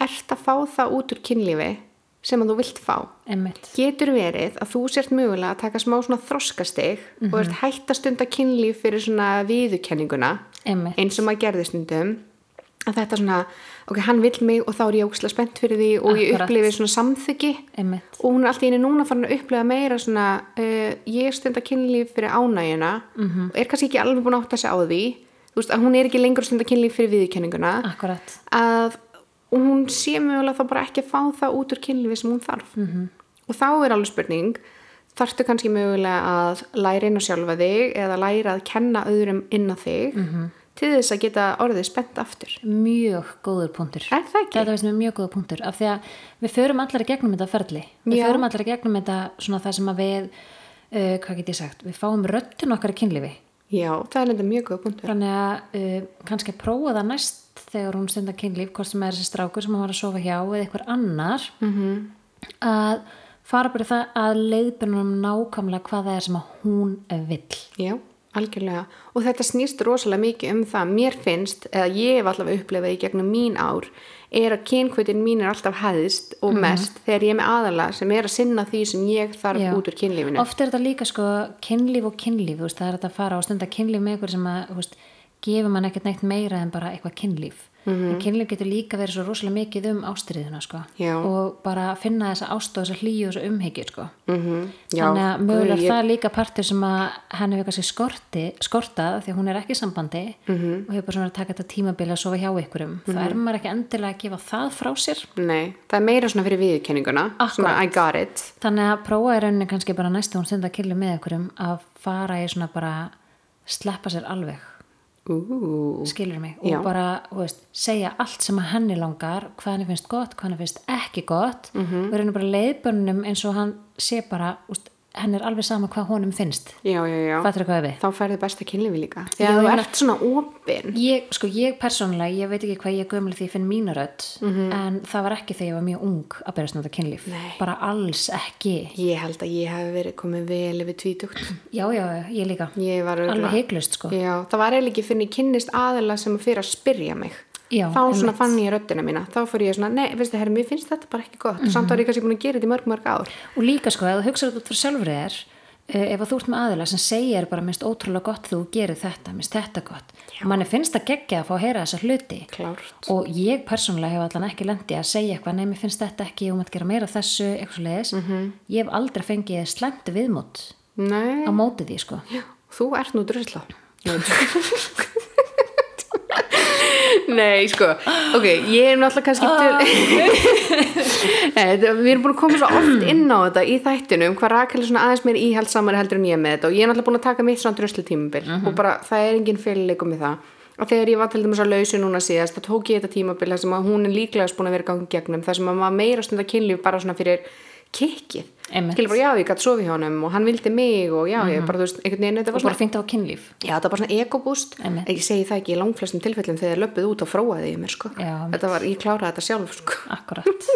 Speaker 2: ert að fá það út úr kynlífi sem að þú vilt fá?
Speaker 1: Einmitt.
Speaker 2: Getur verið að þú sért mögulega að taka smá svona þroskastig
Speaker 1: Mhm.
Speaker 2: og ert hætt að stunda kynlíf fyrir svona viðukenninguna
Speaker 1: Einmitt.
Speaker 2: eins og maður gerði stundum að þetta svona, ok, hann vil mig og þá er ég ógæslega spennt fyrir því og ég
Speaker 1: Akkurat.
Speaker 2: upplifi svona samþyggi
Speaker 1: Einmitt.
Speaker 2: og hún er alltaf einu núna farin að upplifa meira svona, uh, ég stunda kynlíf fyrir ánægjuna -hmm. og er kannski ekki alveg búin að átta sig á því þú veist, að hún er ekki lengur að stunda kynlíf fyrir viðkenninguna
Speaker 1: Akkurat
Speaker 2: að hún sé mögulega þá bara ekki að fá það út úr kynlífi sem hún þarf
Speaker 1: Mhm.
Speaker 2: -hmm. og þá er alveg spurning þarftu kannski mögulega að læra inn á sjálfa þig eða læra að kenna öðrum inn á þig -hmm.
Speaker 1: Mhm.
Speaker 2: til þess að geta orðið spennt aftur
Speaker 1: Mjög góður punktur
Speaker 2: Er það ekki?
Speaker 1: Þetta finnst mér mjög góður punktur af því að við förum allar í gegnum þetta ferli Við
Speaker 2: Já.
Speaker 1: förum allar í gegnum þetta svona það sem að við uh, hvað get ég sagt, við fáum röddun okkar í kynlífi
Speaker 2: Já, það er enda mjög góð punktur
Speaker 1: þannig að uh, kannski að prófa það næst þegar hún stundar kynlíf hvort sem er þessi strákur sem hún var að sofa hjá eða eitthvað annar -hmm.
Speaker 2: Mhm.
Speaker 1: að fara bara í það að leiðbyrnum nákvæmlega hvað það er sem að hún vill
Speaker 2: Já, algjörlega og þetta snýst rosalega mikið um það mér finnst, eða ég hef allavega upplifað í gegnum mín ár, er að kynkvötin mín er alltaf hæðist
Speaker 1: Mhm.
Speaker 2: og mest þegar ég er með aðala sem er að sinna því sem ég þarf
Speaker 1: Já.
Speaker 2: út úr kynlífinu
Speaker 1: Oft er þetta líka sko kynlíf og kynlíf, þú veist, það er þetta að fara og stunda kynlíf með ykkur sem að, þú veist, gefur mann ekkert neitt meira en bara eitthvað kynlíf.
Speaker 2: Mhm.
Speaker 1: En kynlíf getur líka verið svo rosalega mikið um ástriðuna sko.
Speaker 2: Já.
Speaker 1: Og bara finna þessa ást og þessa hlýju og þessa umhyggju sko.
Speaker 2: -hmm. Já,
Speaker 1: Þannig að mögulega
Speaker 2: guð,
Speaker 1: ég...
Speaker 2: ég-
Speaker 1: það er líka partur sem að henni hefur kannski skorti, skortað af því að hún er ekki í sambandi -hmm.
Speaker 2: Mhm.
Speaker 1: og hefur bara svona verið að taka þetta tímabili að sofa hjá ykkurum. Mm Það er maður ekki endilega að gefa það frá sér.
Speaker 2: Nei, það er meira svona fyrir viðkenninguna svona I got it
Speaker 1: Þannig að prófa í rauninni kannski bara næstu hún stund að killa með einhverjum að fara í svona bara sleppa sér alveg,
Speaker 2: Ú,
Speaker 1: skilur mig
Speaker 2: Já.
Speaker 1: og bara, þú veist, segja allt sem að henni langar, hvað henni finnst gott, hvað henni finnst ekki gott mm
Speaker 2: Mhm.
Speaker 1: -hmm. og í rauninni bara leiðbönnum eins og hann sé bara úst, henni er alveg sama hvað honum finnst
Speaker 2: já, já, já
Speaker 1: fattur hvað er við?
Speaker 2: Þá færðu besta kynlífi líka
Speaker 1: Já,
Speaker 2: Þegar þú
Speaker 1: ég meina-
Speaker 2: ert svona opin
Speaker 1: Ég, sko, ég persónulega, ég veit ekki hvað ég er gömul því ég finn mína rödd, en það var ekki þegar ég var mjög ung að byrja snúta kynlíf
Speaker 2: Mhm. Nei.
Speaker 1: bara alls ekki
Speaker 2: Ég held að ég hef verið komið vel yfir tvítugt
Speaker 1: já, já, já, ég líka,
Speaker 2: Ég var örugglega-
Speaker 1: alveg heiklust sko
Speaker 2: Já, það var eiginlega ekki fyrir ég kynnist aðila sem fyrir að spyrja mig
Speaker 1: Já,
Speaker 2: Þá svona fann ég röddina mína Þá fór ég svona, nei, veistu, herri, mér finnst þetta bara ekki gott Samt
Speaker 1: Mhm.
Speaker 2: var ég kannski búin að gera þetta í mörg, mörg ár
Speaker 1: Og líka sko, ef þú hugsaður þetta út fyrir sjálfrið þér, uh, ef að þú ert með aðila sem segir bara minnst ótrúlega gott þú gerir þetta, minnst þetta gott. Manni finnst það geggja að fá að heyra þessa hluti.
Speaker 2: Klárt
Speaker 1: Og ég persónulega hef allan ekki lendi að segja eitthvað, nei, mér finnst þetta ekki, ég mátt gera meira af þessu, eitthvað svo leiðis.
Speaker 2: Mhm.
Speaker 1: Ég hef aldrei fengið slemt viðmót
Speaker 2: Nei,
Speaker 1: á móti því, sko.
Speaker 2: Já, þú ert nú drusla. Nei, sko, ok, ég er náttúrulega kannski til... <laughs> Nei, þetta- við erum búin að koma svo oft inn á þetta í þættinum, hvað Rakel er svona aðeins meir íhaldsamari heldur en ég með þetta og ég er náttúrulega búin að taka mitt svona druslu tímabil og bara það er engin fyrirleikum með það. Og þegar ég var til dæmis að lausu núna síðast, þá tók ég þetta tímabil þar sem að hún er líklegast búin að vera gangi gegnum, þar sem að maður meira stundar kynlíf bara svona fyrir kikkið.
Speaker 1: Einmitt.
Speaker 2: Skilur bara, já, ég gæti sofið hjá honum og hann vildi mig og já, ég bara, þú veist, einhvern veginn, þetta var
Speaker 1: Og bara fínt á kynlíf.
Speaker 2: Já, þetta var bara svona ekobúst,
Speaker 1: Einmitt.
Speaker 2: ég segi það ekki í langflestum tilfellum þegar ég löppuð út og fróaði ég mér, sko.
Speaker 1: Já, einmitt.
Speaker 2: þetta var, ég kláraði þetta sjálf, sko. <laughs>
Speaker 1: Akkurat.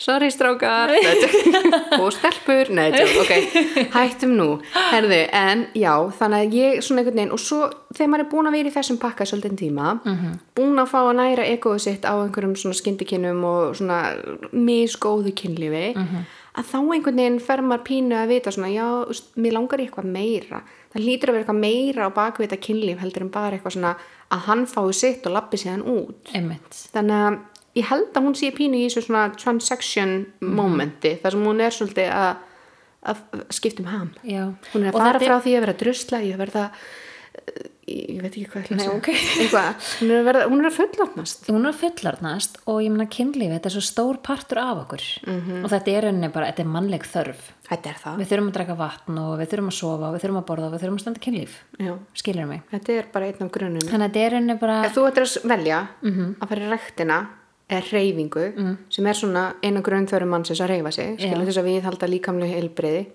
Speaker 2: Sorry, strákar, Nei, djók. og stelpur, nei, tjók, ok, hættum nú. Herði, en já, þannig að ég svona einhvern veginn, og svo þegar maður er búin að vera í þessum pakka svolítið tíma, búin að fá að næra ekoðu sitt á einhverjum svona skyndikinnum og svona misgóðu kynlífi, að þá einhvern veginn fer maður pínu að vita svona, já, þú veist, mér langar í eitthvað meira. Það hlýtur að vera eitthvað meira á bakvita kynlíf heldur en bara eitthvað svona að hann fái sitt og lappi séðan út
Speaker 1: Einmitt.
Speaker 2: þannig að
Speaker 1: Mhm.
Speaker 2: ég held að hún sé pínu í þessu svona transaction momenti þar sem hún er svolítið að að skiptum ham
Speaker 1: Já.
Speaker 2: hún er að
Speaker 1: Og
Speaker 2: fara
Speaker 1: þetta er-
Speaker 2: frá því að vera drusla í að verða ég ég veit ekki hvað ég ætla að
Speaker 1: Nei,
Speaker 2: segja.
Speaker 1: ok.
Speaker 2: Eitthvað. hún er að verða, hún er að fullotnast
Speaker 1: hún er að fullorðnast og ég meina kynlífi þetta er svo stór partur af okkur
Speaker 2: Mhm.
Speaker 1: -hmm. og þetta er rauninni bara, þetta er mannleg þörf
Speaker 2: þetta er það
Speaker 1: við þurfum að draka vatn og við þurfum að sofa og við þurfum að borða og við þurfum að standa kynlíf
Speaker 2: Já.
Speaker 1: skilur mig
Speaker 2: þetta er bara einn af grunum
Speaker 1: þannig að þetta er rauninni bara
Speaker 2: ef þú ættir að s- velja að fara í rektina eða reyfingu sem er svona eina grunnþörum mannsins að reyfa sig skilur þess að við halda líkamlu heilbriði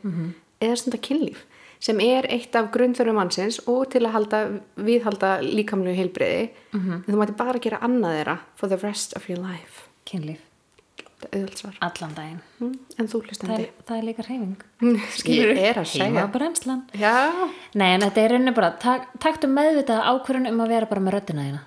Speaker 2: eða stunda kynlíf sem er eitt af grunnþörum mannsins og til að halda, viðhalda líkamlu heilbriði en þú mætti bara gera annað þeirra for the rest of your life
Speaker 1: kynlíf
Speaker 2: Þetta er auðvelt svar
Speaker 1: allan daginn
Speaker 2: mm. en þú
Speaker 1: það
Speaker 2: <laughs> hlustandi
Speaker 1: er, það er líka hreyfing
Speaker 2: ég er að
Speaker 1: heima
Speaker 2: segja
Speaker 1: brennslan
Speaker 2: já,
Speaker 1: Nei, en þetta er rauninni bara, tak, taktu meðvitað ákvörðun um að vera bara með röddina þína.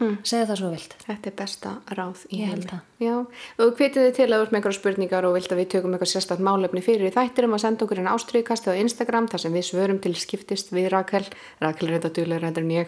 Speaker 1: Mm. Segðu það svo þú vilt.
Speaker 2: Þetta er besta ráð í
Speaker 1: Ég held
Speaker 2: heimi. Já, og hvetið þið til að þú ert með einhverja spurningar og vilt að við tökum eitthvað sérstætt málefni fyrir í þættirum að senda okkur inn ástriðkasti á Instagram þar sem við svörum til skiptist við Rakel. Rakel er þetta duðlega rættur en ég.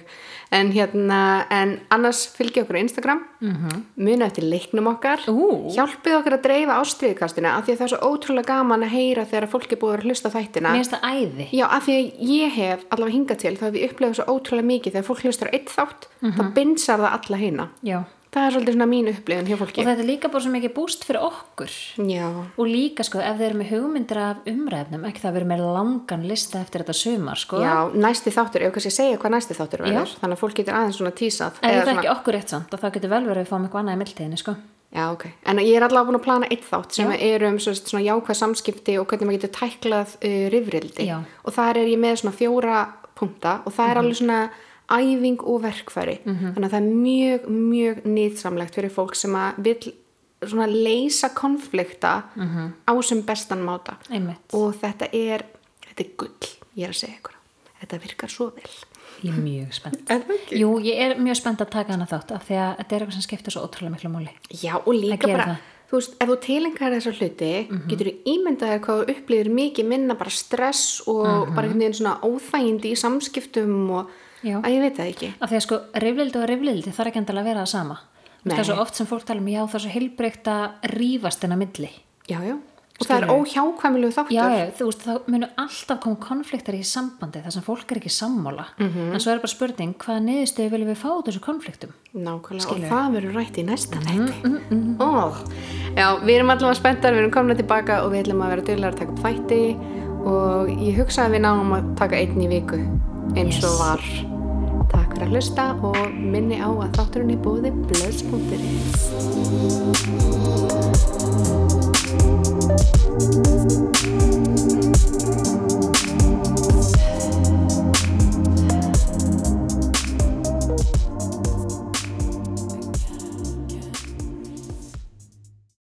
Speaker 2: En hérna, en annars fylgi okkur á Instagram, mm -hmm. muna eftir leiknum okkar,
Speaker 1: Mhm. Ú.
Speaker 2: hjálpið okkur að dreifa ástriðkastina af því að það er svo ótrúlega gaman að heyra þegar fólk er búið að vera að hlusta á þættina.
Speaker 1: Mér finnst það æði.
Speaker 2: Já, af því að ég hef allavega hingað til þá hef ég upplegað svo ótrúlega mikið þegar fólk hlustur á eitt þátt,
Speaker 1: Mhm.
Speaker 2: þá bindsar það alla heina.
Speaker 1: Já.
Speaker 2: Það er svolítið svona mín upplifun hjá fólki.
Speaker 1: Og þetta er líka bara svo mikið búst fyrir okkur.
Speaker 2: Já,
Speaker 1: Og líka, sko, ef þeir eru með hugmyndir af umræfnum, ekki það verið með langan lista eftir þetta sumar, sko.
Speaker 2: já, næsti þáttur, ef kannski að segja hvað næsti þáttur verður, þannig að fólk getur aðeins svona tísað.
Speaker 1: En
Speaker 2: eða
Speaker 1: það er ekki okkur rétt samt og það getur vel verið að við fáum eitthvað annað í mildtíðinni, sko.
Speaker 2: Já, ok. En ég er allavega búin að plana eitt þátt sem er um svo, svona jákvæð samskipti og hvernig maður getur tæklað uh, rifrildi.
Speaker 1: Já. Mhm.
Speaker 2: Og þar er ég með svona fjóra punta og það er alveg svona æfing og verkfæri. Þannig að það er mjög, mjög nýðsamlegt fyrir fólk sem að vil svona leysa konflikta
Speaker 1: Mhm.
Speaker 2: á sem bestan máta.
Speaker 1: Einmitt.
Speaker 2: Og þetta er, þetta er gull, ég er að segja ykkur. Þetta virkar svo vel.
Speaker 1: Ég er mjög spennt.
Speaker 2: Er það ekki?
Speaker 1: Jú, ég er mjög spennt að taka hana þátt af því að þetta er eitthvað sem skiptir svo ótrúlega miklu múli.
Speaker 2: Já, og líka
Speaker 1: Að gera
Speaker 2: bara,
Speaker 1: það.
Speaker 2: þú veist, ef þú tilengar þessar hluti, getur þú ímyndað þér hvað þú upplýður mikið minna bara stress og bara einhvern veginn svona óþægindi í samskiptum og,
Speaker 1: Já.
Speaker 2: að ég veit það ekki.
Speaker 1: Af því að sko, rifrildi og rifrildi þarf ekki endilega að vera það sama. Þú veist, Það er
Speaker 2: Nei.
Speaker 1: svo oft sem fólk tala um, já það er svo heilbreykt að rífast hennar milli.
Speaker 2: Já, já. Og það er óhjákvæmilegu þáttur.
Speaker 1: Já, já, þú veist, þá munu alltaf koma konfliktar í sambandi þar sem fólk er ekki sammála.
Speaker 2: Mhm.
Speaker 1: -hmm. En svo er bara spurning, hvaða niðurstöðu viljum við fá út úr þessu konfliktum?
Speaker 2: Nákvæmlega, og það verður rætt í næsta nætti. Mm, Já, við erum allavega spenntar, við erum komna tilbaka og við ætlum að vera dyrlega að taka upp þætti og ég hugsa að við náum að taka einn í viku eins og
Speaker 1: Yes.
Speaker 2: var. Takk fyrir að hlusta og minni á að þátturinn í búði blöðs.is.